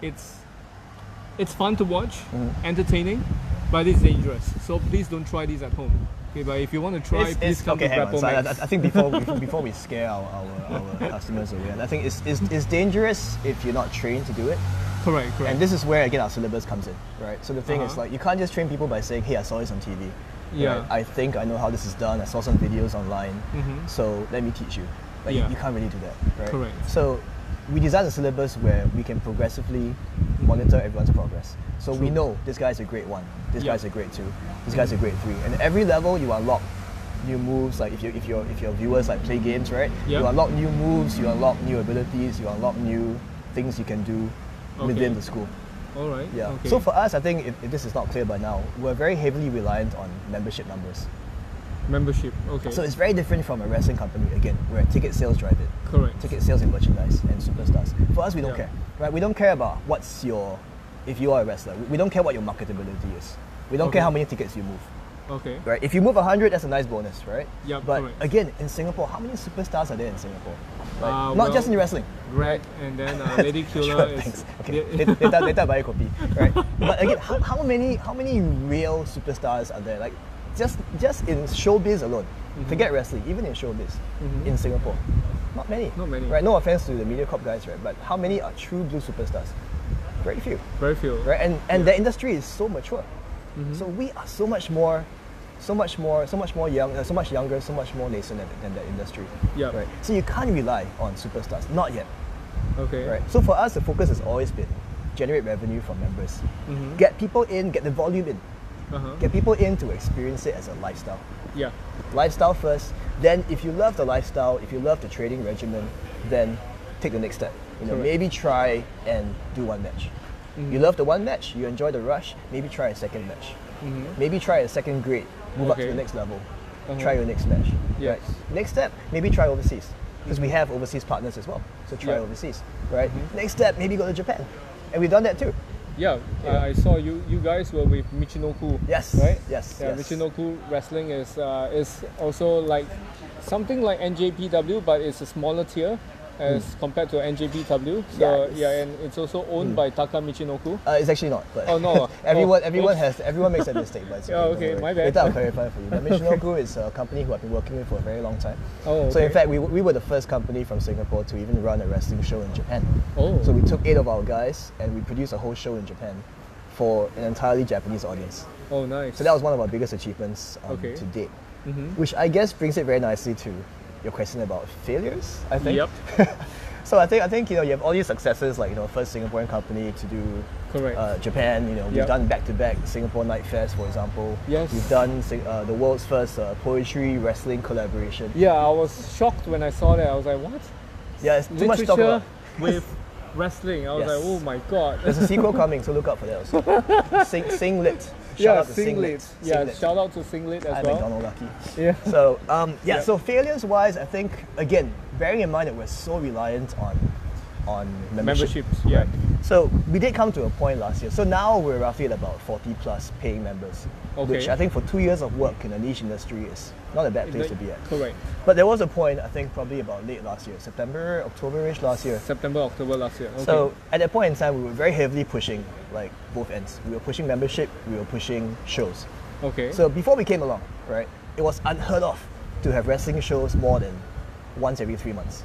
Speaker 1: it's it's fun to watch,
Speaker 2: Mm-hmm.
Speaker 1: entertaining, but it's dangerous. So please don't try these at home. Okay, but if you want to try,
Speaker 2: It's-
Speaker 1: please
Speaker 2: it's-
Speaker 1: come to
Speaker 2: okay, hang on.
Speaker 1: Grapple
Speaker 2: So I,
Speaker 1: Max.
Speaker 2: I- I think before we, before we scare our, our, our customers away, I think it's, it's, it's dangerous if you're not trained to do it.
Speaker 1: correct, correct.
Speaker 2: And this is where again our syllabus comes in, right? So the thing is
Speaker 1: Uh-huh.
Speaker 2: like you can't just train people by saying, "Hey, I saw this on TV."
Speaker 1: Yeah.
Speaker 2: Right? I think I know how this is done. I saw some videos online,
Speaker 1: Mhm.
Speaker 2: so let me teach you. Like
Speaker 1: Yeah.
Speaker 2: you can't really do that, right?
Speaker 1: Correct.
Speaker 2: So we designed a syllabus where we can progressively monitor everyone's progress. So we
Speaker 1: Mm-hmm. True.
Speaker 2: know this guy's a grade one, this
Speaker 1: Yeah.
Speaker 2: guy's a grade two, this guy's a grade three, and at every level you unlock new moves. Like if you if your if your viewers like play games, right?
Speaker 1: Yeah.
Speaker 2: You unlock new moves, you unlock new abilities, you unlock new things you can do within
Speaker 1: Okay.
Speaker 2: the school.
Speaker 1: All right.
Speaker 2: Yeah.
Speaker 1: Okay.
Speaker 2: So for us, I think if, if this is not clear by now, we're very heavily reliant on membership numbers.
Speaker 1: membership. Okay.
Speaker 2: So it's very different from a wrestling company. Again, we're a ticket sales drive it.
Speaker 1: correct.
Speaker 2: Ticket sales and merchandise and superstars. For us, we don't
Speaker 1: Yeah.
Speaker 2: care, right? We don't care about what's your, if you are a wrestler, we- we don't care what your marketability is. We don't
Speaker 1: Okay.
Speaker 2: care how many tickets you move,
Speaker 1: Okay.
Speaker 2: right? If you move 100, that's a nice bonus, right?
Speaker 1: Yup,
Speaker 2: But
Speaker 1: correct.
Speaker 2: again, in Singapore, how many superstars are there in Singapore? Right?
Speaker 1: Uh, well,
Speaker 2: not just in wrestling.
Speaker 1: Greg and then uh, Lady Killer
Speaker 2: Sure,
Speaker 1: is.
Speaker 2: thanks. Okay. later, later, later I buy a copy. Right. But again, how, how many how many real superstars are there? Like just just in showbiz alone,
Speaker 1: Mm-hmm.
Speaker 2: forget wrestling, even in showbiz
Speaker 1: Mhm.
Speaker 2: in Singapore, not many.
Speaker 1: Not many.
Speaker 2: Right. No offense to the MediaCorp guys, right? But how many are true blue superstars? Very few.
Speaker 1: Very few.
Speaker 2: Right. And and the industry is so mature.
Speaker 1: Mm-hmm.
Speaker 2: So we are so much more. So much more, so much more young, uh, so much younger, so much more nascent than, than that industry.
Speaker 1: Yeah.
Speaker 2: Right. So you can't rely on superstars, not yet.
Speaker 1: Okay.
Speaker 2: Right. So for us, the focus has always been generate revenue from members,
Speaker 1: Mhm.
Speaker 2: get people in, get the volume in,
Speaker 1: Uh-huh.
Speaker 2: get people in to experience it as a lifestyle.
Speaker 1: Yeah.
Speaker 2: Lifestyle first. Then, if you love the lifestyle, if you love the trading regimen, then take the next step. You know,
Speaker 1: Correct. Mm-hmm.
Speaker 2: maybe try and do one match. You love the one match, you enjoy the rush. Maybe try a second match.
Speaker 1: Mhm.
Speaker 2: Maybe try a second grade. Move up to
Speaker 1: Okay.
Speaker 2: the next level.
Speaker 1: Uh-huh.
Speaker 2: Try your next match.
Speaker 1: Yes. Mm-hmm.
Speaker 2: Next step, maybe try overseas because we have overseas partners as well. So try
Speaker 1: Yeah. Mm-hmm.
Speaker 2: overseas, right? Next step, maybe go to Japan, and we've done that too.
Speaker 1: Yeah,
Speaker 2: Yeah.
Speaker 1: I I saw you. You guys were with Michinoku.
Speaker 2: Yes,
Speaker 1: Right.
Speaker 2: yes,
Speaker 1: Yeah,
Speaker 2: yes.
Speaker 1: Michinoku wrestling is uh, is also like something like NJPW, but it's a smaller tier as compared to NJPW. So
Speaker 2: Hmm. Yes. Hmm.
Speaker 1: yeah, and it's also owned by Taka Michinoku.
Speaker 2: Uh, it's actually not, but
Speaker 1: Oh, no.
Speaker 2: everyone
Speaker 1: Oh,
Speaker 2: everyone
Speaker 1: oops.
Speaker 2: has everyone makes that mistake. But it's
Speaker 1: Yeah,
Speaker 2: don't
Speaker 1: okay,
Speaker 2: worry.
Speaker 1: my bad.
Speaker 2: Later I'll clarify for you. But Michinoku is a company who I've been working with for a very long time.
Speaker 1: Oh,
Speaker 2: So in
Speaker 1: okay.
Speaker 2: fact, we, we were the first company from Singapore to even run a wrestling show in Japan.
Speaker 1: Oh.
Speaker 2: So we took eight of our guys and we produced a whole show in Japan for an entirely Japanese audience.
Speaker 1: Oh, nice.
Speaker 2: So that was one of our biggest achievements um,
Speaker 1: Okay.
Speaker 2: to date,
Speaker 1: Mhm.
Speaker 2: which I guess brings it very nicely to your question about failures. I think.
Speaker 1: Yep.
Speaker 2: So I think I think you know you have all these successes like you know first Singaporean company to do
Speaker 1: Correct.
Speaker 2: uh, Japan. You know we've
Speaker 1: Yep.
Speaker 2: done back to back Singapore Night Fest for example.
Speaker 1: Yes.
Speaker 2: We've done Sing- uh, the world's first uh, poetry wrestling collaboration.
Speaker 1: yeah, I was shocked when I saw that. I was like, what?
Speaker 2: Yeah, it's too much to talk
Speaker 1: Literature
Speaker 2: about.
Speaker 1: with wrestling. I was
Speaker 2: Yes.
Speaker 1: like, oh my god.
Speaker 2: There's a sequel coming, so look out for that also. Sing, singlet. Shout
Speaker 1: yeah,
Speaker 2: out to Singlet.
Speaker 1: singlet. Yeah,
Speaker 2: Singlet.
Speaker 1: shout out to singlet as
Speaker 2: I'm
Speaker 1: well.
Speaker 2: McDonald Lucky.
Speaker 1: Yeah.
Speaker 2: So um, yeah,
Speaker 1: Yeah.
Speaker 2: so failures wise, I think again, bearing in mind that we're so reliant on on membership.
Speaker 1: Memberships, yeah.
Speaker 2: So we did come to a point last year. So now we're roughly at about 40 plus paying members,
Speaker 1: Okay.
Speaker 2: which I think for two years of work in a niche industry is not a bad place to be at.
Speaker 1: Correct.
Speaker 2: But there was a point I think probably about late last year, September, October-ish last year.
Speaker 1: September, October last year. Okay.
Speaker 2: So at that point in time, we were very heavily pushing like both ends. We were pushing membership, we were pushing shows.
Speaker 1: okay.
Speaker 2: So before we came along, right, it was unheard of to have wrestling shows more than once every three months.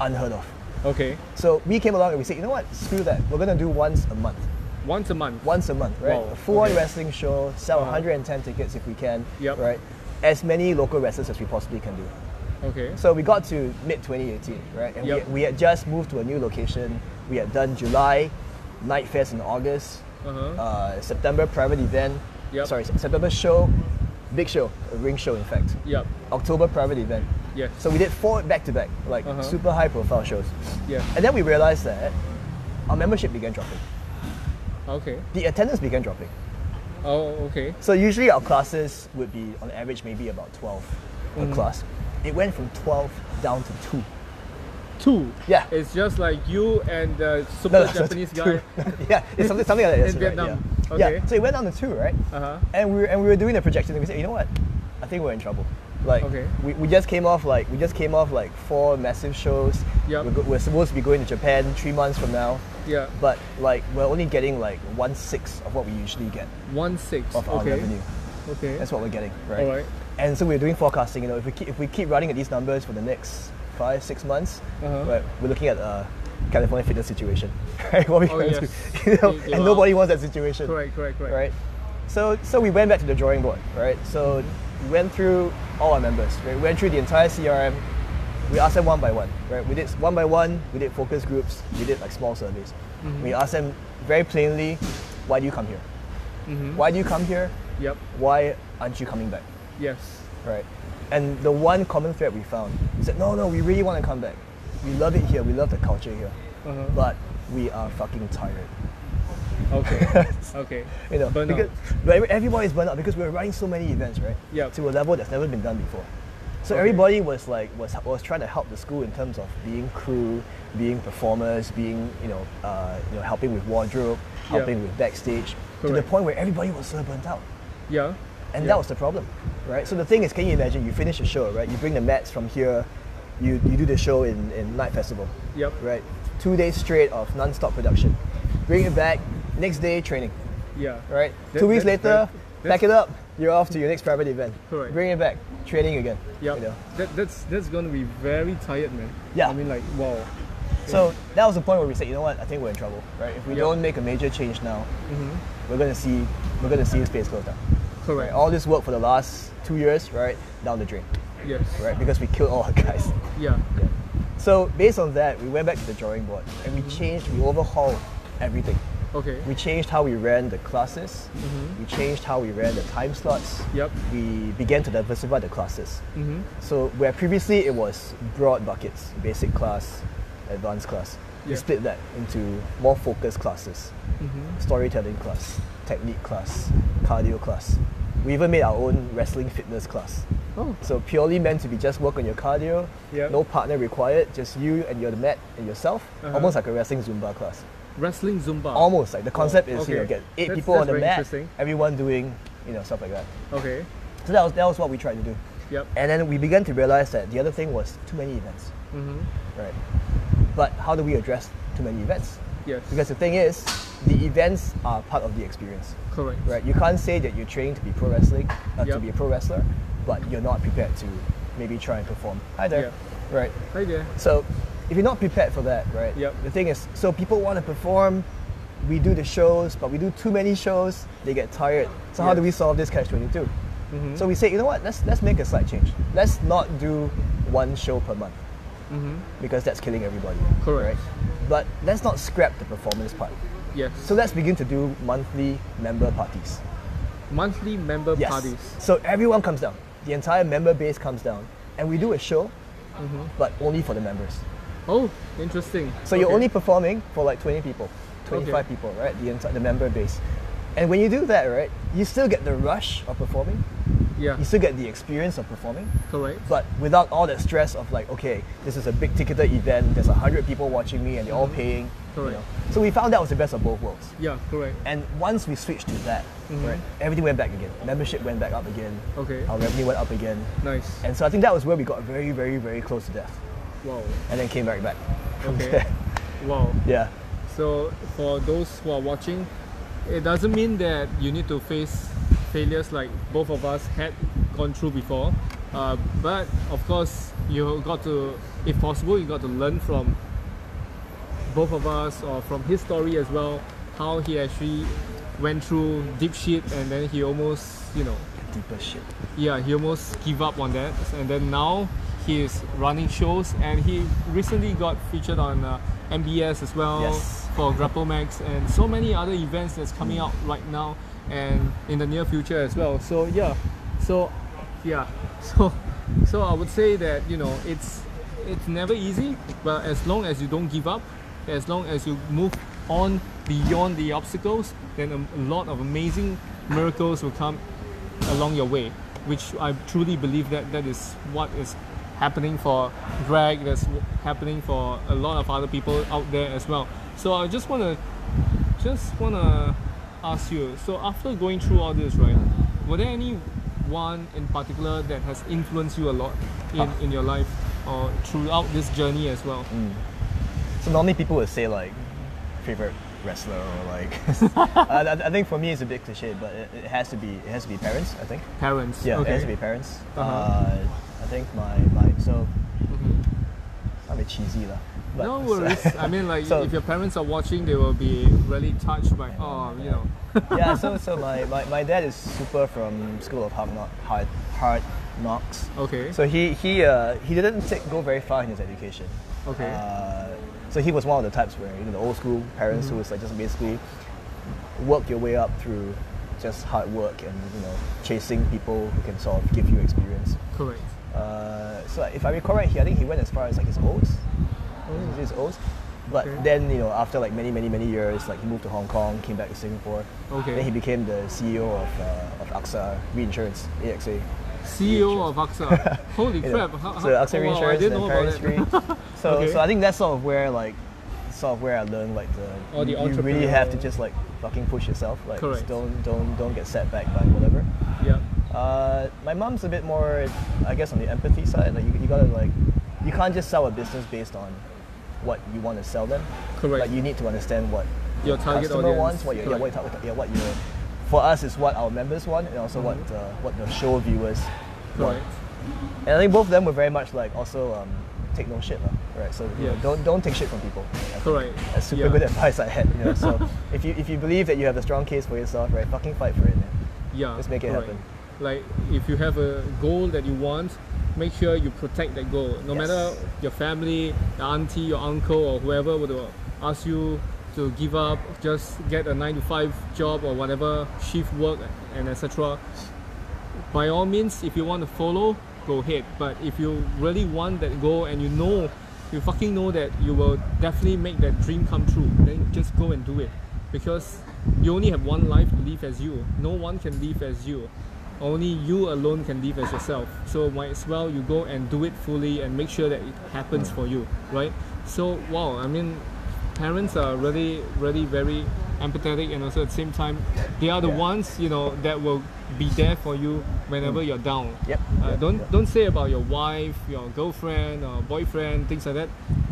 Speaker 2: Unheard of.
Speaker 1: okay.
Speaker 2: So we came along and we said, you know what, screw that. We're gonna do once a month.
Speaker 1: once a month.
Speaker 2: once a month, right?
Speaker 1: Wow,
Speaker 2: A full-on
Speaker 1: okay.
Speaker 2: wrestling show, sell
Speaker 1: Uh-huh.
Speaker 2: 110 tickets if we can,
Speaker 1: Yep.
Speaker 2: right? As many local wrestlers as we possibly can do.
Speaker 1: Okay.
Speaker 2: So we got to mid 2018, right? And
Speaker 1: Yep.
Speaker 2: we, we had just moved to a new location. We had done July, Night Fest in August,
Speaker 1: Uh-huh.
Speaker 2: uh, September private event.
Speaker 1: Yep.
Speaker 2: Sorry, September show, big show, a ring show in fact.
Speaker 1: Yep.
Speaker 2: October private event.
Speaker 1: Yes.
Speaker 2: So we did four back to back, like
Speaker 1: Uh-huh.
Speaker 2: super high profile shows.
Speaker 1: Yeah.
Speaker 2: And then we realized that our membership began dropping.
Speaker 1: Okay.
Speaker 2: The attendance began dropping.
Speaker 1: Oh, okay.
Speaker 2: So usually our classes would be on average maybe about 12
Speaker 1: Mm.
Speaker 2: per class. It went from 12 down to 2.
Speaker 1: Two.
Speaker 2: Yeah.
Speaker 1: It's just like you and the super
Speaker 2: No, no, so
Speaker 1: Japanese
Speaker 2: two.
Speaker 1: guy.
Speaker 2: yeah, it's something, something like that.
Speaker 1: In
Speaker 2: right,
Speaker 1: Vietnam.
Speaker 2: Yeah.
Speaker 1: Okay.
Speaker 2: yeah, so it went down to two, right?
Speaker 1: Uh-huh.
Speaker 2: And we were, and we were doing the projection and we said, you know what? I think we're in trouble. Like
Speaker 1: Okay.
Speaker 2: we, we just came off like we just came off like four massive shows.
Speaker 1: Yup.
Speaker 2: We're, go- we're supposed to be going to Japan three months from now,
Speaker 1: Yeah.
Speaker 2: but like we're only getting like one sixth of what we usually get
Speaker 1: One six.
Speaker 2: of our
Speaker 1: okay.
Speaker 2: revenue.
Speaker 1: Okay.
Speaker 2: That's what we're getting, right?
Speaker 1: Alright.
Speaker 2: And so we're doing forecasting. You know, if we keep, if we keep running at these numbers for the next five six months,
Speaker 1: Uh-huh.
Speaker 2: right, we're looking at a California fitness situation, right? What we
Speaker 1: Oh,
Speaker 2: going
Speaker 1: yes.
Speaker 2: to, you know,
Speaker 1: You- you
Speaker 2: and
Speaker 1: are-
Speaker 2: nobody wants that situation,
Speaker 1: Correct. Correct. Correct.
Speaker 2: right? So so we went back to the drawing board, right? So we went through all our members, right? We went through the entire CRM. We asked them one by one, right? We did one by one. We did focus groups. We did like small surveys.
Speaker 1: Mm-hmm.
Speaker 2: We asked them very plainly, why do you come here?
Speaker 1: Mhm.
Speaker 2: Why do you come here?
Speaker 1: Yep.
Speaker 2: Why aren't you coming back?
Speaker 1: Yes.
Speaker 2: Right. And the one common thread we found is that no, no, we really want to come back. We love it here. We love the culture here.
Speaker 1: Uh-huh.
Speaker 2: But we are fucking tired.
Speaker 1: Okay. okay.
Speaker 2: You know,
Speaker 1: Burnout.
Speaker 2: because but every- everybody's burnt out because we were running so many events, right?
Speaker 1: Yeah.
Speaker 2: To a level that's never been done before. So
Speaker 1: Okay.
Speaker 2: everybody was like was was trying to help the school in terms of being crew, being performers, being you know uh, you know helping with wardrobe,
Speaker 1: Yeah.
Speaker 2: helping with backstage, to the
Speaker 1: Correct.
Speaker 2: point where everybody was so burnt out.
Speaker 1: yeah.
Speaker 2: And
Speaker 1: Yeah.
Speaker 2: that was the problem, right? So the thing is, can you imagine? You finish the show, right? You bring the mats from here, you, you do the show in, in Night Festival,
Speaker 1: Yep.
Speaker 2: right? Two days straight of non stop production. Bring it back, next day training,
Speaker 1: Yeah.
Speaker 2: right?
Speaker 1: That-
Speaker 2: Two weeks
Speaker 1: that's
Speaker 2: later,
Speaker 1: very-
Speaker 2: pack it up, you're off to your next private event.
Speaker 1: Correct.
Speaker 2: Bring it back, training again.
Speaker 1: Yeah.
Speaker 2: you know?
Speaker 1: That, that's that's gonna be very tired, man.
Speaker 2: Yeah.
Speaker 1: I mean, like wow.
Speaker 2: So that was the point where we said, you know what, I think we're in trouble, right? If we
Speaker 1: Yeah.
Speaker 2: don't make a major change now,
Speaker 1: hmm
Speaker 2: we're gonna see we're gonna see space close down. Right?
Speaker 1: Correct.
Speaker 2: All this work for the last two years, right, down the drain,
Speaker 1: Yes.
Speaker 2: right? Because we killed all our guys.
Speaker 1: Yeah.
Speaker 2: Yeah. So based on that, we went back to the drawing board and
Speaker 1: Mm-hmm.
Speaker 2: we changed, we overhauled everything.
Speaker 1: Okay.
Speaker 2: We changed how we ran the classes. We changed how we ran the time slots.
Speaker 1: Mm-hmm. Yep.
Speaker 2: We began to diversify the classes.
Speaker 1: Mm-hmm.
Speaker 2: So where previously it was broad buckets, basic class, advanced class, we
Speaker 1: Yeah.
Speaker 2: split that into more focused classes,
Speaker 1: Mm-hmm.
Speaker 2: storytelling class, technique class, cardio class. We even made our own wrestling fitness class.
Speaker 1: Oh.
Speaker 2: So purely meant to be just work on your cardio,
Speaker 1: Yep.
Speaker 2: no partner required, just you and your mat and yourself,
Speaker 1: Uh-huh.
Speaker 2: almost like a wrestling Zumba class.
Speaker 1: Wrestling Zumba.
Speaker 2: Almost like the concept is you know,
Speaker 1: okay.
Speaker 2: get eight
Speaker 1: That's-
Speaker 2: people on
Speaker 1: that's
Speaker 2: the
Speaker 1: very
Speaker 2: mat,
Speaker 1: interesting.
Speaker 2: everyone doing you know stuff like that.
Speaker 1: Okay.
Speaker 2: So that was that was what we tried to do,
Speaker 1: Yep.
Speaker 2: and then we began to realize that the other thing was too many events,
Speaker 1: Mm-hmm.
Speaker 2: right? But how do we address too many events?
Speaker 1: Yes.
Speaker 2: Because the thing is, the events are part of the experience,
Speaker 1: Correct.
Speaker 2: right? You can't say that you're trained to be pro wrestling, uh, to
Speaker 1: Yep.
Speaker 2: be a pro wrestler, but you're not prepared to maybe try and perform. Hi there, right?
Speaker 1: Hi there.
Speaker 2: So if you're not prepared for that, right?
Speaker 1: Yep.
Speaker 2: The thing is, so people want to perform, we do the shows, but we do too many shows, they get tired. So how
Speaker 1: Yes.
Speaker 2: do we solve this catch 22?
Speaker 1: Mhm.
Speaker 2: So we say, you know what, let's let's make a slight change. Let's not do one show per month
Speaker 1: Mm-hmm.
Speaker 2: because that's killing everybody.
Speaker 1: Correct.
Speaker 2: But let's not scrap the performance part.
Speaker 1: Yes.
Speaker 2: So let's begin to do monthly member parties.
Speaker 1: monthly member
Speaker 2: Yes.
Speaker 1: parties.
Speaker 2: So everyone comes down. The entire member base comes down. And we do a show,
Speaker 1: Mm-hmm.
Speaker 2: but only for the members.
Speaker 1: Oh, interesting.
Speaker 2: So you're
Speaker 1: Okay.
Speaker 2: only performing for like 20 people, 25
Speaker 1: Okay.
Speaker 2: people, right? The entire the member base. And when you do that, right, you still get the rush of performing.
Speaker 1: yeah.
Speaker 2: You still get the experience of performing,
Speaker 1: Correct.
Speaker 2: but without all that stress of like, okay, this is a big ticketed event. There's hundred people watching me, and they're all paying.
Speaker 1: Mm-hmm. Correct.
Speaker 2: So we found that was the best of both worlds.
Speaker 1: Yeah. Correct.
Speaker 2: And once we switched to that,
Speaker 1: Mhm.
Speaker 2: right, everything went back again. Membership went back up again.
Speaker 1: Okay.
Speaker 2: Our revenue went up again.
Speaker 1: Nice.
Speaker 2: And so I think that was where we got very, very, very close to death,
Speaker 1: Wow.
Speaker 2: and then came right back.
Speaker 1: Okay. wow.
Speaker 2: yeah.
Speaker 1: So for those who are watching, it doesn't mean that you need to face failures like both of us had gone through before. Uh, but of course, you got to, if possible, you got to learn from both of us or from his story as well, how he actually went through deep shit and then he almost, you know,
Speaker 2: Deeper shit.
Speaker 1: yeah, he almost gave up on that. And then now he is running shows and he recently got featured on uh, MBS as well
Speaker 2: Yes.
Speaker 1: for Grapple Max and so many other events that's coming out right now and in the near future as well. So yeah, so yeah, so so I would say that you know it's it's never easy, but as long as you don't give up, as long as you move on beyond the obstacles, then a, a lot of amazing miracles will come along your way, which I truly believe that that is what is happening for Greg, that's happening for a lot of other people out there as well. So I just want to just want to ask you so after going through all this right were there any one in particular that has influenced you a lot in, in your life or throughout this journey as well
Speaker 2: Mm. So normally people would say like favorite wrestler or like. I, I- I think for me it's a bit cliche, but it, it has to be it has to be parents. I think.
Speaker 1: parents
Speaker 2: Yeah,
Speaker 1: okay.
Speaker 2: it has to be parents. uh
Speaker 1: Uh-huh.
Speaker 2: I think my my so
Speaker 1: Mhm.
Speaker 2: I'm a bit cheesy lah. but-
Speaker 1: no worries i mean like
Speaker 2: So-
Speaker 1: if your parents are watching they will be really touched by oh you know
Speaker 2: yeah, so so my, my, my dad is super from school of hard knock, hard hard knocks.
Speaker 1: okay
Speaker 2: So he he uh, he didn't take, go very far in his education.
Speaker 1: Okay.
Speaker 2: Uh, so he was one of the types where you know the old school parents
Speaker 1: Mm-hmm.
Speaker 2: who was like just basically work your way up through just hard work and you know chasing people who can sort of give you experience.
Speaker 1: correct
Speaker 2: Uh, so if I recall right, he, I think he went as far as like his O's, his O's. But
Speaker 1: Okay.
Speaker 2: then you know after like many many many years, like he moved to Hong Kong, came back to Singapore.
Speaker 1: Okay.
Speaker 2: Then he became the CEO of uh, of AXA Reinsurance AXA.
Speaker 1: ceo E of axa holy
Speaker 2: You know,
Speaker 1: crap how,
Speaker 2: so
Speaker 1: how- oh,
Speaker 2: AXA
Speaker 1: wow, i
Speaker 2: Reinsurance
Speaker 1: didn't know
Speaker 2: and
Speaker 1: about
Speaker 2: Paris
Speaker 1: that
Speaker 2: Re. so
Speaker 1: Okay.
Speaker 2: so I think that's sort of where like sort of where I learned like the,
Speaker 1: Or Oh, the
Speaker 2: you really have to
Speaker 1: entrepreneurial-
Speaker 2: just like fucking push yourself. Like
Speaker 1: Correct.
Speaker 2: just don't don't don't get set back by whatever.
Speaker 1: yeah
Speaker 2: Uh, my mom's a bit more, I guess, on the empathy side. Like you, you gotta like, you can't just sell a business based on what you want to sell them.
Speaker 1: Correct.
Speaker 2: Like you need to understand what
Speaker 1: Your target
Speaker 2: customer
Speaker 1: audience.
Speaker 2: wants, what your, yeah, what, your tar- yeah, what your, for us is what our members want, and also what
Speaker 1: Mm-hmm.
Speaker 2: uh, what the show viewers want.
Speaker 1: correct
Speaker 2: And I think both of them were very much like also um, take no shit, lah, right? So you know,
Speaker 1: Yes.
Speaker 2: don't don't take shit from people. I think
Speaker 1: correct
Speaker 2: That's super
Speaker 1: yeah.
Speaker 2: good advice I had. You know? So if you if you believe that you have a strong case for yourself, right, fucking fight for it. Man.
Speaker 1: Yeah.
Speaker 2: Just make it
Speaker 1: correct.
Speaker 2: happen.
Speaker 1: Like if you have a goal that you want, make sure you protect that goal. No
Speaker 2: Yes.
Speaker 1: matter your family, your auntie, your uncle or whoever would ask you to give up, just get a nine to five job or whatever, shift work and etc. By all means if you want to follow, go ahead. But if you really want that goal and you know you fucking know that you will definitely make that dream come true, then just go and do it. Because you only have one life to live as you. No one can live as you. Only you alone can live as yourself. So might as well you go and do it fully and make sure that it happens for you, right? So wow, I mean, parents are really, really very empathetic and also at the same time, they are the
Speaker 2: Yeah. Mm.
Speaker 1: ones you know that will be there for you whenever you're down.
Speaker 2: Yep.
Speaker 1: Uh,
Speaker 2: yep,
Speaker 1: don't
Speaker 2: yep.
Speaker 1: don't say about your wife, your girlfriend, or boyfriend, things like that.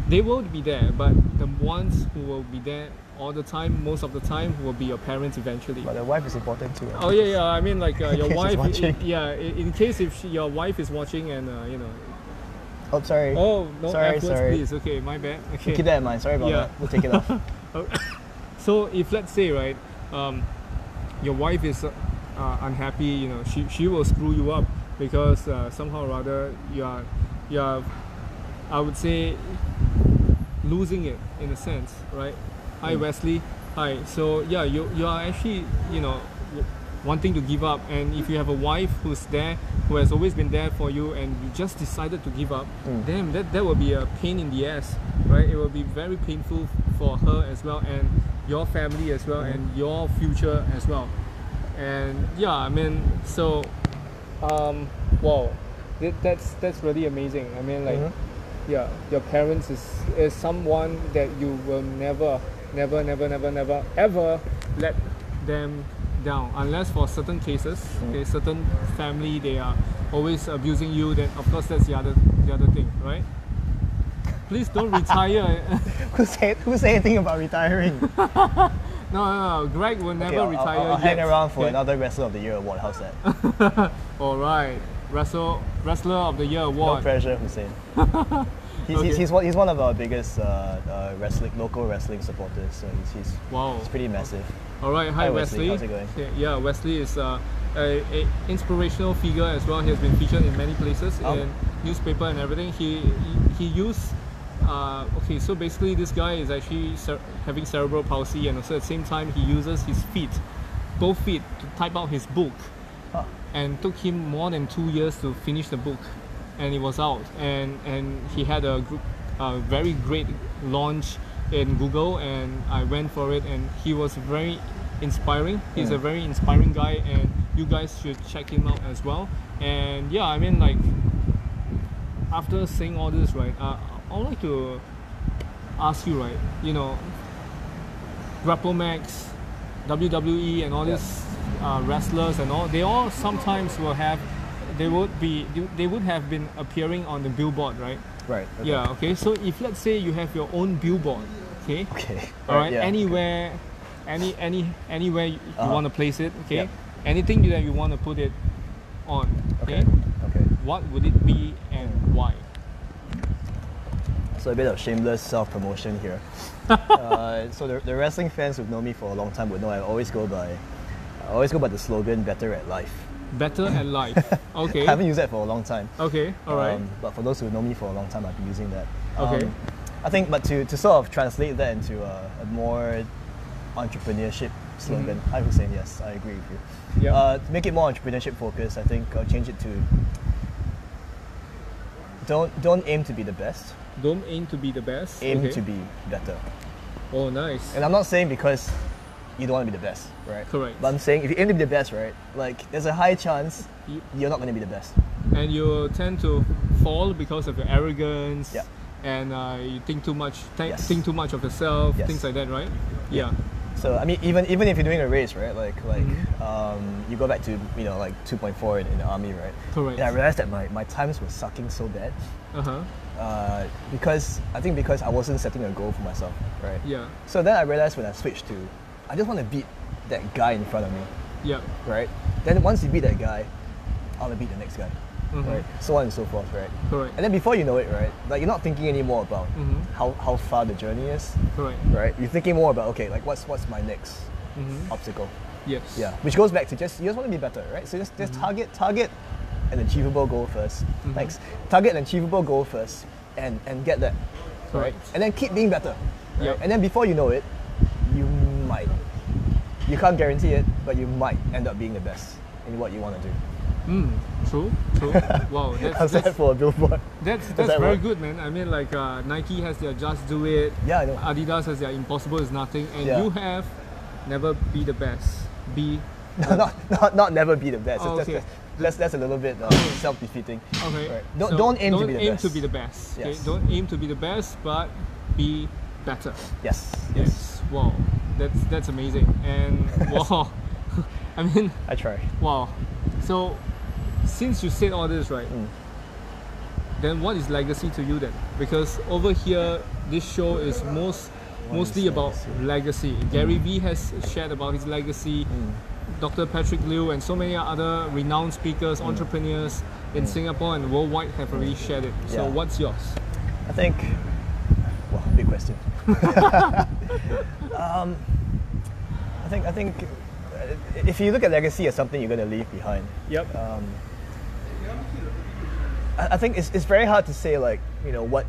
Speaker 1: They will be there, but the ones who will be there all the time, most of the time, will be your parents eventually.
Speaker 2: But the wife is important too.
Speaker 1: Oh yeah, yeah. I mean, like uh, your
Speaker 2: In case she's
Speaker 1: wife. i-
Speaker 2: watching.
Speaker 1: yeah, i- in case if she, your wife is watching and uh, you know.
Speaker 2: Oh, sorry.
Speaker 1: Oh no,
Speaker 2: Sorry,
Speaker 1: F words,
Speaker 2: sorry.
Speaker 1: please. Okay, my bad. Okay.
Speaker 2: Keep that in mind. Sorry about
Speaker 1: Yeah.
Speaker 2: that. We'll take it off.
Speaker 1: So if let's say right, um, your wife is uh, uh, unhappy, you know, she, she will screw you up because uh, somehow or other you are you are, I would say, losing it in a sense, right? Hi Wesley, hi. So yeah, you you are actually you know w- wanting to give up, and if you have a wife who's there, who has always been there for you, and you just decided to give up, damn, that that will be a pain in the ass, right? It will be very painful for her as well, and your family as well, and your future as well. And yeah, I mean, so, um, wow, that, that's that's really amazing. I mean, like
Speaker 2: Mhm.
Speaker 1: yeah your parents is is someone that you will never never never never never ever let them down unless for certain cases
Speaker 2: Mm.
Speaker 1: okay, certain family they are always abusing you then of course that's the other the other thing right please don't retire
Speaker 2: who say who say anything about retiring? Okay,
Speaker 1: no no no greg will never
Speaker 2: I'll,
Speaker 1: retire
Speaker 2: I'll, I'll hang
Speaker 1: yet.
Speaker 2: around for
Speaker 1: Okay.
Speaker 2: another Wrestler of the Year award. How's that?
Speaker 1: all right wrestle wrestler of the year
Speaker 2: No
Speaker 1: award
Speaker 2: pressure, Hussein. He's,
Speaker 1: Okay.
Speaker 2: he's, he's, one, he's one of our biggest uh, uh, wrestling, local wrestling supporters, so he's, he's,
Speaker 1: Wow.
Speaker 2: he's pretty massive.
Speaker 1: All right, hi,
Speaker 2: Hi, Wesley. How's it going?
Speaker 1: Yeah, yeah, Wesley is uh, a, a inspirational figure as well. He has been featured in many places
Speaker 2: Oh.
Speaker 1: in newspaper and everything. He he, he used uh, okay, so basically this guy is actually cer- having cerebral palsy, and also at the same time he uses his feet, both feet, to type out his book,
Speaker 2: Huh.
Speaker 1: and took him more than two years to finish the book, and it was out, and and he had a group, a very great launch in Google, and I went for it, and he was very inspiring. He's a
Speaker 2: Mm.
Speaker 1: very inspiring guy, and you guys should check him out as well. And yeah, I mean like after saying all this, right, uh, I would like to ask you, right, you know, Grapplomax, WWE, E and all
Speaker 2: Yeah.
Speaker 1: these uh, wrestlers and all, they all sometimes will have, they would be, they would have been appearing on the billboard, right?
Speaker 2: Right. okay.
Speaker 1: Yeah. Okay. So if let's say you have your own billboard, okay,
Speaker 2: Okay.
Speaker 1: all right,
Speaker 2: yeah, okay.
Speaker 1: anywhere, any any anywhere you, you
Speaker 2: Uh-huh.
Speaker 1: want to place it, okay,
Speaker 2: Yeah.
Speaker 1: anything that you want to put it on,
Speaker 2: Okay.
Speaker 1: okay,
Speaker 2: Okay.
Speaker 1: what would it be and why?
Speaker 2: So a bit of shameless self-promotion here. uh, so the, the wrestling fans who've known me for a long time would know I always go by, I always go by the slogan "Better at Life."
Speaker 1: Better at life. Okay.
Speaker 2: I haven't used that for a long time.
Speaker 1: Okay. All right.
Speaker 2: Um, but for those who know me for a long time, I've been using that. Um,
Speaker 1: Okay.
Speaker 2: I think, but to, to sort of translate that into a, a more entrepreneurship slogan,
Speaker 1: Mm-hmm.
Speaker 2: I would say yes, I agree with you.
Speaker 1: Yeah.
Speaker 2: Uh, to make it more entrepreneurship focused, I think I'll change it to don't don't aim to be the best,
Speaker 1: Don't aim to be the best.
Speaker 2: aim
Speaker 1: okay.
Speaker 2: to be better.
Speaker 1: Oh, nice.
Speaker 2: And I'm not saying because you don't want to be the best, right?
Speaker 1: Correct.
Speaker 2: But I'm saying if you aim to be the best, right? Like there's a high chance
Speaker 1: You-
Speaker 2: you're not going to be the best.
Speaker 1: and you tend to fall because of your arrogance.
Speaker 2: Yeah.
Speaker 1: And uh, you think too much. Th-
Speaker 2: Yes.
Speaker 1: Think too much of yourself.
Speaker 2: Yes.
Speaker 1: Things like that, right? Yeah.
Speaker 2: So I mean, even even if you're doing a race, right? Like like
Speaker 1: Mm-hmm.
Speaker 2: um, you go back to you know like 2.4 in, in the army, right?
Speaker 1: Correct.
Speaker 2: And I realized that my, my times were sucking so bad
Speaker 1: Uh huh.
Speaker 2: uh, because I think because I wasn't setting a goal for myself, right?
Speaker 1: Yeah.
Speaker 2: So then I realized when I switched to, I just want to beat that guy in front of me,
Speaker 1: Yeah.
Speaker 2: right? Then once you beat that guy, I'll beat the next guy,
Speaker 1: Mhm.
Speaker 2: right? So on and so forth, right?
Speaker 1: Correct.
Speaker 2: And then before you know it, right? Like you're not thinking anymore about
Speaker 1: Mhm.
Speaker 2: how, how far the journey is,
Speaker 1: Correct.
Speaker 2: right? You're thinking more about okay, like what's what's my next
Speaker 1: Mhm.
Speaker 2: obstacle?
Speaker 1: Yes.
Speaker 2: Yeah, which goes back to just you just want to be better, right? So just
Speaker 1: Mm-hmm.
Speaker 2: just target target an achievable goal 1st Thanks. Target an achievable goal first, and and get that, right?
Speaker 1: Correct.
Speaker 2: And then keep being better. Right?
Speaker 1: Yep.
Speaker 2: And then before you know it, you might. You can't guarantee it, but you might end up being the best in what you want to do.
Speaker 1: Mm, true. True. wow.
Speaker 2: How's
Speaker 1: That's
Speaker 2: that
Speaker 1: that's,
Speaker 2: for a billboard?
Speaker 1: that's, that's
Speaker 2: that
Speaker 1: very
Speaker 2: work?
Speaker 1: good, man. I mean, like uh, Nike has their Just Do It.
Speaker 2: Yeah, I know.
Speaker 1: Adidas has their Impossible is Nothing, and
Speaker 2: Yeah.
Speaker 1: you have never be the best. Be
Speaker 2: No, not, not, not never be the best.
Speaker 1: Oh,
Speaker 2: that's,
Speaker 1: okay. Oh.
Speaker 2: that's, that's, that's a little bit uh, self defeating.
Speaker 1: Okay.
Speaker 2: Right. Don't,
Speaker 1: so
Speaker 2: don't aim to
Speaker 1: don't
Speaker 2: be the
Speaker 1: aim
Speaker 2: best.
Speaker 1: to be the best. Okay?
Speaker 2: Yes.
Speaker 1: Don't aim to be the best, but be better.
Speaker 2: Yes.
Speaker 1: Yes. Wow. That's that's amazing. And wow. I mean,
Speaker 2: I try.
Speaker 1: wow. So, since you said all this, right?
Speaker 2: Mm.
Speaker 1: Then what is legacy to you then? Because over here, this show is most
Speaker 2: What
Speaker 1: mostly
Speaker 2: is Mm.
Speaker 1: about legacy. Gary Vee has shared about his legacy. Dr. Patrick Liu and so many other renowned speakers,
Speaker 2: Mm.
Speaker 1: entrepreneurs in Singapore and worldwide have already shared it. So
Speaker 2: Yeah.
Speaker 1: what's yours?
Speaker 2: I think. Wow, big question. um, I think I think uh, if you look at legacy as something you're going to leave behind,
Speaker 1: Yep.
Speaker 2: Um, I, I think it's, it's very hard to say like you know what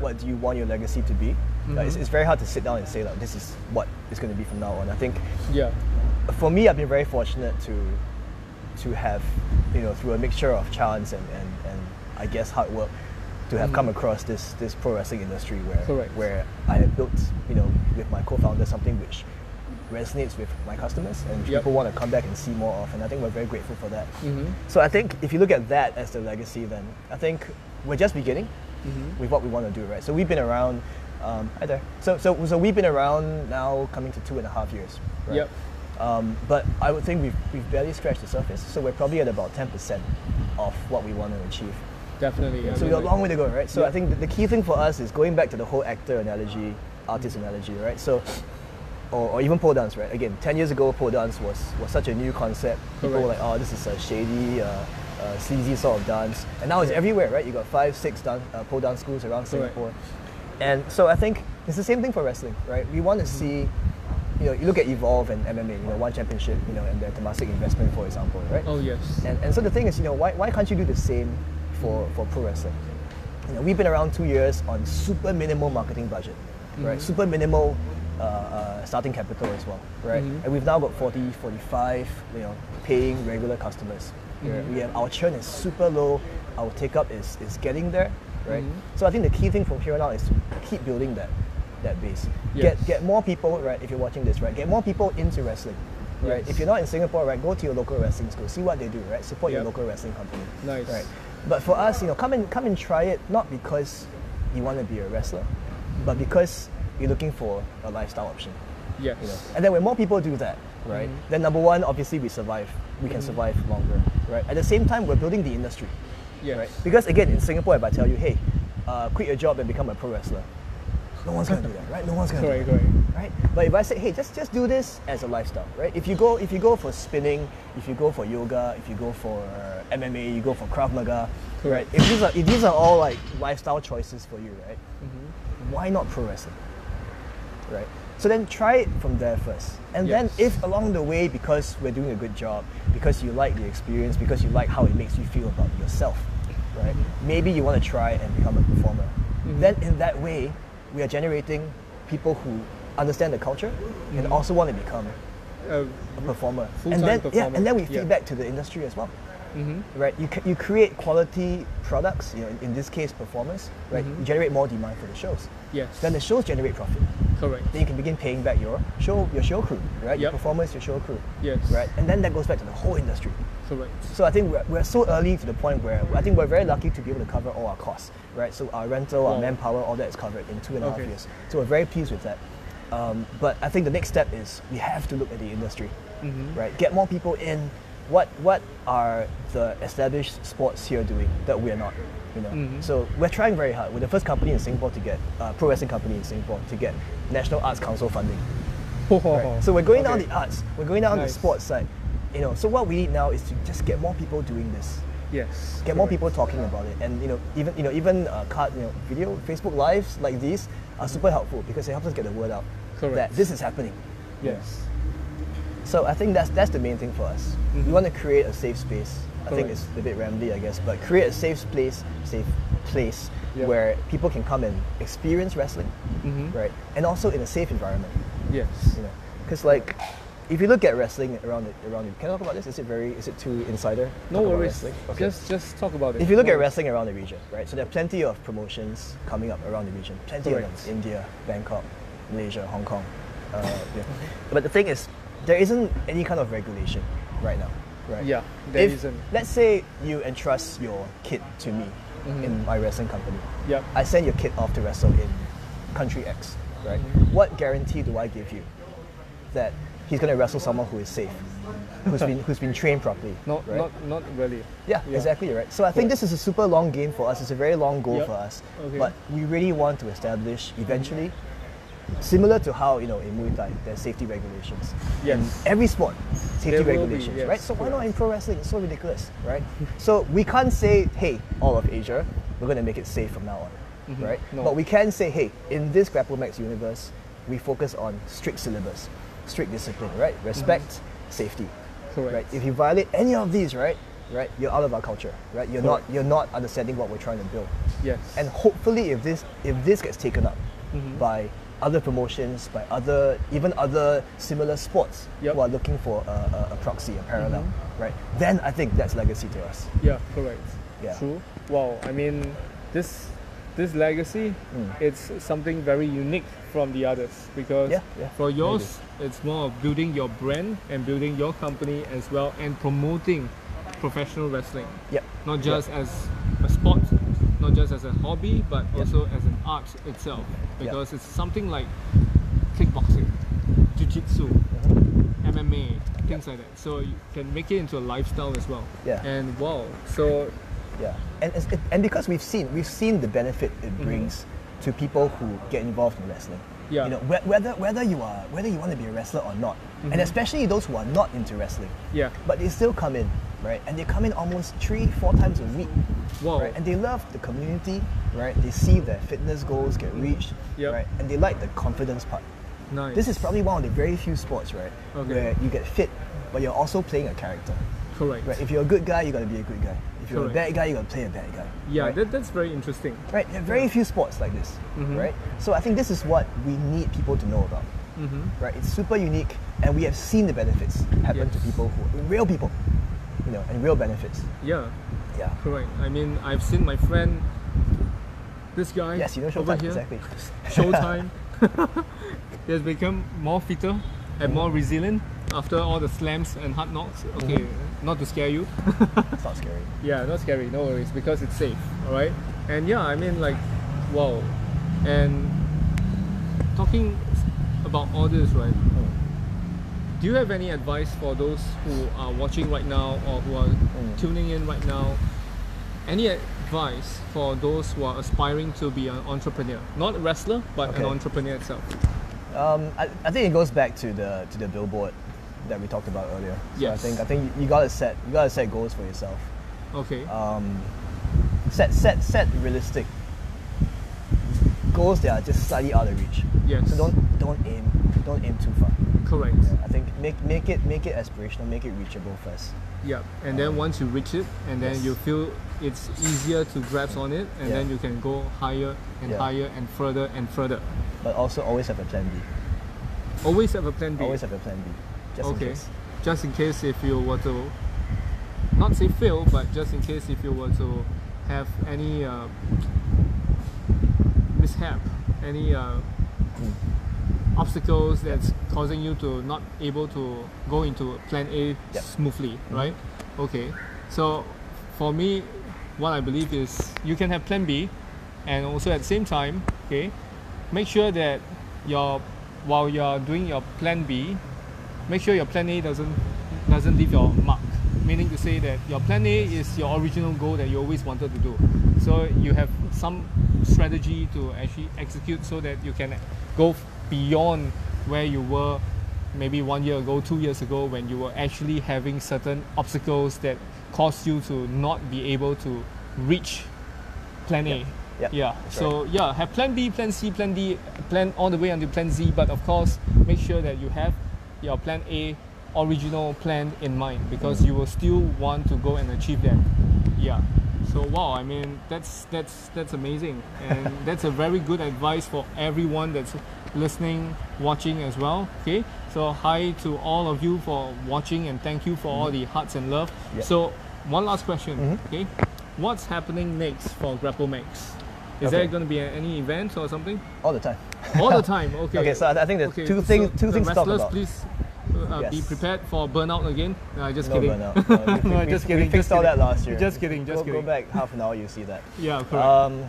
Speaker 2: what do you want your legacy to be. Like, it's, it's very hard to sit down and say like this is what it's going to be from now on. I think
Speaker 1: yeah.
Speaker 2: for me, I've been very fortunate to to have you know through a mixture of chance and, and, and I guess hard work to have come across this this pro wrestling industry where
Speaker 1: Mm. Correct.
Speaker 2: where I have built you know with my co-founder something which resonates with my customers and which
Speaker 1: Yep.
Speaker 2: people want to come back and see more of and I think we're very grateful for that.
Speaker 1: Mhm.
Speaker 2: So I think if you look at that as the legacy, then I think we're just beginning
Speaker 1: Mhm.
Speaker 2: with what we want to do, right? So we've been around. Um, hi there. So, so so we've been around now coming to two and a half years. Right?
Speaker 1: Yep.
Speaker 2: Um, but I would think we've, we've barely scratched the surface, so we're probably at about 10% of what we want to achieve.
Speaker 1: Definitely. I
Speaker 2: So
Speaker 1: mean,
Speaker 2: we got a
Speaker 1: like-
Speaker 2: long way to go, right? So
Speaker 1: Yeah.
Speaker 2: I think the, the key thing for us is going back to the whole actor analogy, artist analogy, right? So, or, or even pole dance, right? Again, 10 years ago, pole dance was, was such a new concept. People were like,
Speaker 1: Correct.
Speaker 2: oh, this is a shady, uh, uh, sleazy sort of dance. And now it's everywhere, right? You got five, six dance, uh, pole dance schools around Singapore. And so I think it's the same thing for wrestling, right? We want to
Speaker 1: Mm-hmm.
Speaker 2: see, you know, you look at Evolve and MMA, you know, one championship, you know, and the Temasek investment, for example, right?
Speaker 1: Oh yes.
Speaker 2: And, and so the thing is, you know, why, why can't you do the same for, for pro wrestling? You know, we've been around two years on super minimal marketing budget,
Speaker 1: Mm-hmm.
Speaker 2: right? Super minimal uh, uh, starting capital as well, right?
Speaker 1: Mm-hmm.
Speaker 2: And we've now got 40, 45, you know, paying regular customers. right?
Speaker 1: Mm-hmm.
Speaker 2: We have, our churn is super low, our take up is, is getting there, right?
Speaker 1: Mm-hmm.
Speaker 2: So I think the key thing from here on out is to keep building that, that base.
Speaker 1: Yes.
Speaker 2: Get, get more people, right, if you're watching this, right, get more people into wrestling. Right.
Speaker 1: Yes.
Speaker 2: If you're not in Singapore, right, go to your local wrestling school, see what they do, right? Support your
Speaker 1: Yep.
Speaker 2: local wrestling company.
Speaker 1: Nice.
Speaker 2: Right. But for us, you know, come and come and try it not because you want to be a wrestler, but because you're looking for a lifestyle option.
Speaker 1: Yes.
Speaker 2: You know? And then when more people do that, right,
Speaker 1: Mm-hmm.
Speaker 2: then number one, obviously we survive. We
Speaker 1: Mm.
Speaker 2: can survive longer. Right. At the same time we're building the industry.
Speaker 1: Yes.
Speaker 2: Right? Because again in Singapore if I tell you, hey, uh, quit your job and become a pro wrestler, no one's gonna do that, right? No one's gonna do
Speaker 1: Correct.
Speaker 2: that
Speaker 1: Correct.
Speaker 2: right? But if I say, hey, just just do this as a lifestyle, right? If you go if you go for spinning, if you go for yoga, if you go for MMA, you go for Krav Maga, right?
Speaker 1: Correct.
Speaker 2: If these are if these are all like lifestyle choices for you, right? Why not pro wrestling, right? So then try it from there first, and then
Speaker 1: Yes.
Speaker 2: if along the way, because we're doing a good job, because you like the experience, because you like how it makes you feel about yourself, right?
Speaker 1: Mm-hmm.
Speaker 2: Maybe you want to try and become a performer. Then in that way, we are generating people who understand the culture and also want to become
Speaker 1: Uh,
Speaker 2: a performer.
Speaker 1: Mm-hmm. Full-time
Speaker 2: and then yeah,
Speaker 1: performer,
Speaker 2: and then we
Speaker 1: yeah.
Speaker 2: feed back to the industry as well.
Speaker 1: mm-hmm.
Speaker 2: Right, you, c- you create quality products, you know, in, in this case performance, right?
Speaker 1: Mm-hmm.
Speaker 2: You generate more demand for the shows.
Speaker 1: yes.
Speaker 2: Then the shows generate profit.
Speaker 1: correct.
Speaker 2: Then you can begin paying back your show your show crew, right? Your
Speaker 1: Yep.
Speaker 2: performance, your show crew.
Speaker 1: Yes.
Speaker 2: Right? And then that goes back to the whole industry.
Speaker 1: Correct.
Speaker 2: So I think we're, we're so early to the point where I think we're very lucky to be able to cover all our costs, right? So our rental, our
Speaker 1: Wow.
Speaker 2: manpower, all that is covered in two and a half
Speaker 1: Okay.
Speaker 2: years. So we're very pleased with that. Um, but I think the next step is we have to look at the industry,
Speaker 1: Mm-hmm.
Speaker 2: right? Get more people in. What what are the established sports here doing that we're not? You know,
Speaker 1: Mm-hmm.
Speaker 2: so we're trying very hard. We're the first company in Singapore to get uh, pro wrestling company in Singapore to get National Arts Council funding. Right. So we're going down
Speaker 1: Oh. Okay.
Speaker 2: the arts, we're going down
Speaker 1: Nice.
Speaker 2: the sports side. You know, so what we need now is to just get more people doing this,
Speaker 1: Yes.
Speaker 2: get more
Speaker 1: correct.
Speaker 2: people talking about it, and you know, even you know, even uh, card, you know, video, Facebook lives like these are super helpful because it helps us get the word out that
Speaker 1: Correct.
Speaker 2: this is happening.
Speaker 1: Yes.
Speaker 2: So I think that's that's the main thing for us. We want to create a safe space. I
Speaker 1: Mm-hmm.
Speaker 2: think
Speaker 1: Correct.
Speaker 2: it's a bit rambly, I guess, but create a safe place, safe place
Speaker 1: Yeah.
Speaker 2: where people can come and experience wrestling, right, and also in a safe environment
Speaker 1: Yes.
Speaker 2: you know because like if you look at wrestling around the, around the, can I talk about this is it very is it too insider
Speaker 1: No
Speaker 2: Talk about
Speaker 1: worries.
Speaker 2: wrestling? Okay.
Speaker 1: Just just talk about it.
Speaker 2: if you look
Speaker 1: No
Speaker 2: at wrestling around the region right so there are plenty of promotions coming up around the region plenty
Speaker 1: Correct.
Speaker 2: of them India Bangkok Malaysia Hong Kong uh, yeah. but the thing is there isn't any kind of regulation right now right
Speaker 1: Yeah, there
Speaker 2: If-
Speaker 1: isn't.
Speaker 2: let's say you entrust your kid to me
Speaker 1: Mm-hmm.
Speaker 2: in my wrestling company
Speaker 1: Yep.
Speaker 2: I send your kid off to wrestle in country X, right?
Speaker 1: Mm-hmm.
Speaker 2: What guarantee do I give you that he's going to wrestle someone who is safe, who's been who's been trained properly?
Speaker 1: Not
Speaker 2: right?
Speaker 1: not not really.
Speaker 2: yeah,
Speaker 1: yeah.
Speaker 2: exactly right. So I think this is a super long game for us. It's a very long goal
Speaker 1: Yep.
Speaker 2: for us,
Speaker 1: Okay.
Speaker 2: but we really want to establish eventually. Similar to how you know in Muay Thai there's safety regulations.
Speaker 1: Yes.
Speaker 2: In every sport, safety
Speaker 1: There will be,
Speaker 2: regulations,
Speaker 1: yes,
Speaker 2: right? So why not
Speaker 1: correct.
Speaker 2: in pro wrestling? It's so ridiculous, right? so we can't say, hey, all of Asia, we're gonna make it safe from now on, right?
Speaker 1: Mm-hmm. No.
Speaker 2: But we can say, hey, in this Grapple Max universe, we focus on strict syllabus, strict discipline, right?
Speaker 1: Mm-hmm.
Speaker 2: Respect, safety,
Speaker 1: Correct.
Speaker 2: right? If you violate any of these, right, right, you're out of our culture, right? You're
Speaker 1: Correct.
Speaker 2: not you're not understanding what we're trying to build,
Speaker 1: Yes.
Speaker 2: and hopefully, if this if this gets taken up by other promotions, by other even other similar sports
Speaker 1: Yep.
Speaker 2: who are looking for a, a, a proxy, a parallel, right? Then I think that's legacy to us.
Speaker 1: Yeah, correct.
Speaker 2: Yeah.
Speaker 1: True. Wow. I mean, this this legacy,
Speaker 2: Hmm.
Speaker 1: it's something very unique from the others because
Speaker 2: Yeah, yeah,
Speaker 1: for yours, it's more of building your brand and building your company as well and promoting professional wrestling,
Speaker 2: Yep.
Speaker 1: not just as a sport, not just as a hobby, but also as an art itself because it's something like kickboxing, jiu-jitsu,
Speaker 2: Uh-huh.
Speaker 1: MMA, things like that. So you can make it into a lifestyle as well.
Speaker 2: Yeah.
Speaker 1: And wow. So
Speaker 2: Yeah, and it's- it, and because we've seen we've seen the benefit it brings to people who get involved in wrestling.
Speaker 1: Yeah.
Speaker 2: you know whe- whether whether you are whether you want to be a wrestler or not, and especially those who are not into wrestling,
Speaker 1: yeah.
Speaker 2: but they still come in right? And they come in almost three, four times a week,
Speaker 1: Wow.
Speaker 2: right? And they love the community, right? They see their fitness goals get reached,
Speaker 1: Yep.
Speaker 2: right? And they like the confidence part.
Speaker 1: Nice.
Speaker 2: This is probably one of the very few sports, right,
Speaker 1: Okay.
Speaker 2: where you get fit, but you're also playing a character.
Speaker 1: correct.
Speaker 2: Right? If you're a good guy, you gotta be a good guy. If you're
Speaker 1: Correct.
Speaker 2: a bad guy, you gotta play a bad guy.
Speaker 1: Yeah,
Speaker 2: right?
Speaker 1: that, Mm-hmm. that's very interesting.
Speaker 2: right? There are very few sports like this, right? So I think this is what we need people to know about,
Speaker 1: Mm-hmm.
Speaker 2: right? It's super unique, and we have seen the benefits happen to
Speaker 1: Yes.
Speaker 2: people who real people, you know, and real benefits.
Speaker 1: Yeah,
Speaker 2: Yeah.
Speaker 1: correct. I mean, I've seen my friend, this guy
Speaker 2: Yes, you know,
Speaker 1: over
Speaker 2: Showtime,
Speaker 1: here,
Speaker 2: exactly.
Speaker 1: Showtime, he has become more fitter and more resilient after all the slams and hard knocks. Okay, not to scare you.
Speaker 2: It's not scary.
Speaker 1: Yeah, not scary, no worries, because it's safe, alright? And yeah, I mean, like, wow. And talking about all this, right? Do you have any advice for those who are watching right now or who are tuning in right now? Any advice for those who are aspiring to be an entrepreneur? Not a wrestler, but an
Speaker 2: Okay.
Speaker 1: entrepreneur itself.
Speaker 2: Um, I, I think it goes back to the to the billboard that we talked about earlier. So I
Speaker 1: Yes.
Speaker 2: think I think you gotta set you gotta set goals for yourself.
Speaker 1: Okay.
Speaker 2: um, set set set realistic goals that are just slightly out of reach.
Speaker 1: Yes.
Speaker 2: So don't don't aim don't aim too far.
Speaker 1: Correct.
Speaker 2: Yeah, I think make make it make it aspirational, make it reachable first.
Speaker 1: Yeah, and then once you reach it, and then
Speaker 2: Yes.
Speaker 1: you feel it's easier to grasp on it, and
Speaker 2: Yeah.
Speaker 1: then you can go higher and
Speaker 2: Yeah.
Speaker 1: higher and further and further.
Speaker 2: But also always have a plan B.
Speaker 1: Always have a plan B.
Speaker 2: Always have a plan B. Just
Speaker 1: okay,
Speaker 2: in case.
Speaker 1: just in case if you were to not say fail, but just in case if you were to have any uh, mishap, any uh, obstacles that's causing you to not able to go into plan A
Speaker 2: Yep. Mm-hmm.
Speaker 1: smoothly, right? Okay. So for me, what I believe is you can have plan B and also at the same time, okay, make sure that your while you're doing your plan B, make sure your plan A doesn't doesn't leave your mark. Meaning to say that your plan A is your original goal that you always wanted to do. So you have some strategy to actually execute so that you can go f- beyond where you were maybe one year ago, two years ago when you were actually having certain obstacles that caused you to not be able to reach plan A.
Speaker 2: Yep.
Speaker 1: Yeah.
Speaker 2: That's
Speaker 1: So yeah, have plan B, plan C, plan D, plan all the way until plan Z. But of course, make sure that you have your plan A original plan in mind because you will still want to go and achieve that. Yeah. So wow, I mean that's that's that's amazing, and that's a very good advice for everyone that's listening, watching as well. Okay. So hi to all of you for watching, and thank you for all the hearts and love.
Speaker 2: Yeah.
Speaker 1: So one last question. Okay. What's happening next for Grapple Max? Is there
Speaker 2: Okay.
Speaker 1: going to be a- any event or something?
Speaker 2: All the time.
Speaker 1: All the time. Okay.
Speaker 2: Okay, so I- I think there's two things- two
Speaker 1: the
Speaker 2: things to talk
Speaker 1: wrestlers,
Speaker 2: about.
Speaker 1: Please uh, uh be
Speaker 2: Yes.
Speaker 1: prepared for burnout again. No, just
Speaker 2: No
Speaker 1: kidding.
Speaker 2: burnout. No, we-
Speaker 1: No,
Speaker 2: we-
Speaker 1: just
Speaker 2: we
Speaker 1: kidding,
Speaker 2: fixed
Speaker 1: just
Speaker 2: all that
Speaker 1: kidding.
Speaker 2: last year.
Speaker 1: Just kidding, just
Speaker 2: go,
Speaker 1: kidding.
Speaker 2: Go back half an hour, you see that.
Speaker 1: Yeah. Correct.
Speaker 2: Um,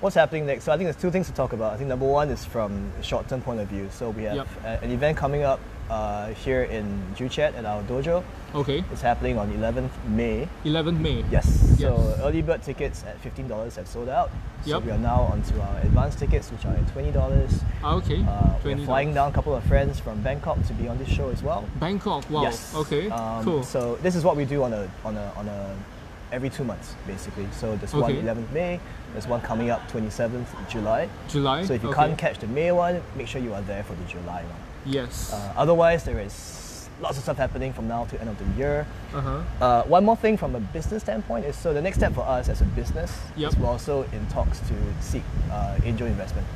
Speaker 2: what's happening next? So I think there's two things to talk about. I think number one is from short-term point of view. So we have
Speaker 1: Yep.
Speaker 2: a- an event coming up uh, here in Juchat at our dojo.
Speaker 1: okay.
Speaker 2: It's happening on 11th May.
Speaker 1: 11th May.
Speaker 2: Yes. So
Speaker 1: Yes.
Speaker 2: early bird tickets at $15 have sold out. So
Speaker 1: Yep.
Speaker 2: we are now onto our advanced tickets, which are at $20.
Speaker 1: Ah, okay.
Speaker 2: Uh, we're
Speaker 1: $20.
Speaker 2: flying down a couple of friends from Bangkok to be on this show as well.
Speaker 1: Bangkok. Wow.
Speaker 2: Yes.
Speaker 1: Oh, Okay.
Speaker 2: Um,
Speaker 1: cool.
Speaker 2: So this is what we do on a on a on a every two months basically. So there's one
Speaker 1: Okay.
Speaker 2: 11th May, there's one coming up 27th July.
Speaker 1: July.
Speaker 2: So if you
Speaker 1: okay.
Speaker 2: can't catch the May one, make sure you are there for the July one.
Speaker 1: Yes.
Speaker 2: Uh, otherwise, there is lots of stuff happening from now to end of the year.
Speaker 1: Uh huh.
Speaker 2: Uh, one more thing from a business standpoint is so the next step for us as a business
Speaker 1: Yep.
Speaker 2: is we're also in talks to seek uh, angel investment.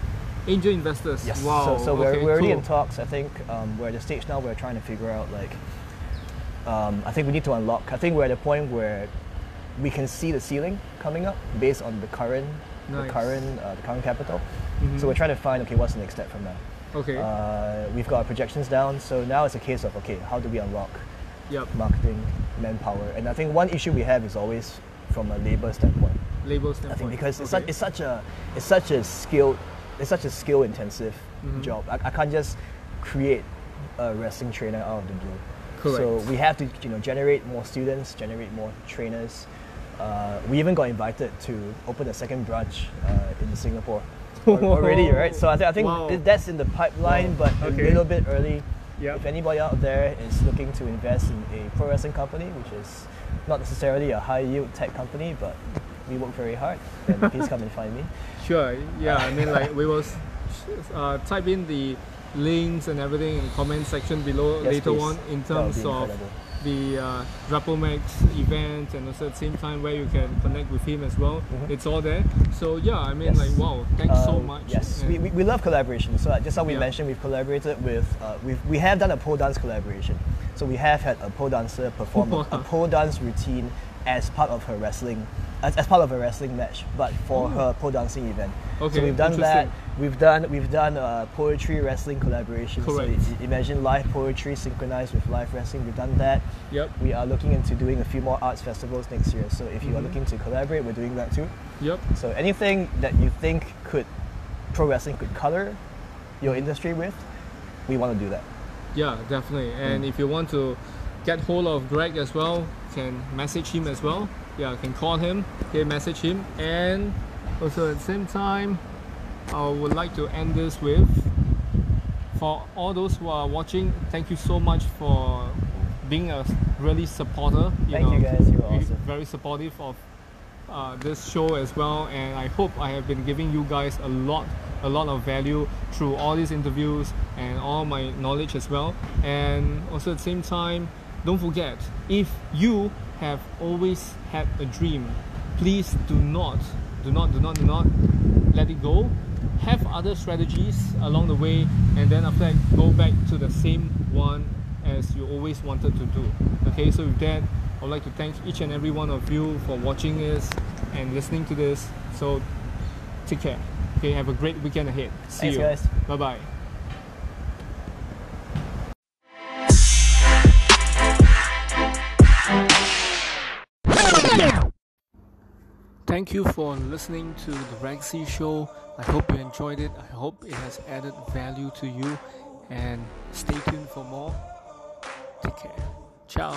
Speaker 1: Angel investors.
Speaker 2: Yes.
Speaker 1: Wow.
Speaker 2: So, so we're,
Speaker 1: okay,
Speaker 2: we're already
Speaker 1: cool.
Speaker 2: in talks. I think um, we're at the stage now. We're trying to figure out like. Um, I think we need to unlock. I think we're at a point where we can see the ceiling coming up based on the current,
Speaker 1: Nice. Mm-hmm.
Speaker 2: the current, uh, the current capital. So we're trying to find okay, what's the next step from now.
Speaker 1: Okay.
Speaker 2: Uh, we've got our projections down, so now it's a case of okay, how do we unlock
Speaker 1: yep.
Speaker 2: marketing, manpower? And I think one issue we have is always from a labor standpoint.
Speaker 1: Label
Speaker 2: I
Speaker 1: standpoint.
Speaker 2: think because it's,
Speaker 1: okay.
Speaker 2: such, it's such a it's such a skill it's such a skill intensive
Speaker 1: Mm-hmm.
Speaker 2: job. I, I can't just create a wrestling trainer out of the blue. So
Speaker 1: Correct.
Speaker 2: we have to you know generate more students, generate more trainers. Uh, we even got invited to open a second branch uh, in Singapore al- already, right? So I, thi- I think
Speaker 1: Wow.
Speaker 2: it- that's in the pipeline,
Speaker 1: Wow.
Speaker 2: but
Speaker 1: Okay.
Speaker 2: a little bit early.
Speaker 1: Yep.
Speaker 2: If anybody out there is looking to invest in a pro wrestling company, which is not necessarily a high yield tech company, but we work very hard, then please come and find me.
Speaker 1: Sure. Yeah. I mean, like we will s- uh, type in the links and everything in the comment section below
Speaker 2: Yes,
Speaker 1: later
Speaker 2: please.
Speaker 1: on in
Speaker 2: That would
Speaker 1: terms
Speaker 2: be
Speaker 1: of
Speaker 2: incredible.
Speaker 1: the uh, Drapomax event and also at the same time where you can connect with him as well.
Speaker 2: Mhm.
Speaker 1: It's all there. So yeah, I mean,
Speaker 2: Yes.
Speaker 1: like wow, thanks so
Speaker 2: Um,
Speaker 1: much.
Speaker 2: Yes,
Speaker 1: And-
Speaker 2: we, we, we love collaboration. So uh, just how we
Speaker 1: Yeah.
Speaker 2: mentioned, we've collaborated with uh, we've, we have done a pole dance collaboration. So we have had a pole dancer perform a- a
Speaker 1: Wow.
Speaker 2: pole dance routine as part of her wrestling as, as part of her wrestling match, but for her pole dancing event.
Speaker 1: Oh. Okay,
Speaker 2: so we've done that.
Speaker 1: interesting.
Speaker 2: We've done we've done uh, poetry wrestling collaboration.
Speaker 1: Correct.
Speaker 2: So i- imagine live poetry synchronized with live wrestling. We've done that.
Speaker 1: Yep.
Speaker 2: We are looking into doing a few more arts festivals next year. So if you are
Speaker 1: Mhm.
Speaker 2: looking to collaborate, we're doing that too.
Speaker 1: Yep.
Speaker 2: So anything that you think could pro wrestling could color your industry with, we want to do that.
Speaker 1: Yeah, definitely. And
Speaker 2: Mm.
Speaker 1: if you want to get hold of Greg as well, can message him as well. Yeah, can call him. Okay, message him. And also at the same time, I would like to end this with for all those who are watching. Thank you so much for being a really supporter. You
Speaker 2: Thank
Speaker 1: know,
Speaker 2: you guys. You're
Speaker 1: we-
Speaker 2: awesome.
Speaker 1: Very supportive of uh, this show as well, and I hope I have been giving you guys a lot, a lot of value through all these interviews and all my knowledge as well. And also at the same time, don't forget if you have always had a dream, please do not, do not, do not, do not let it go. Have other strategies along the way, and then after that, go back to the same one as you always wanted to do. Okay, so with that, I would like to thank each and every one of you for watching this and listening to this. So take care. Okay, have a great weekend ahead. See
Speaker 2: Thanks,
Speaker 1: you
Speaker 2: guys.
Speaker 1: Bye bye. Thank you for listening to the Rexy Show. I hope you enjoyed it. I hope it has added value to you. And stay tuned for more. Take care. Ciao.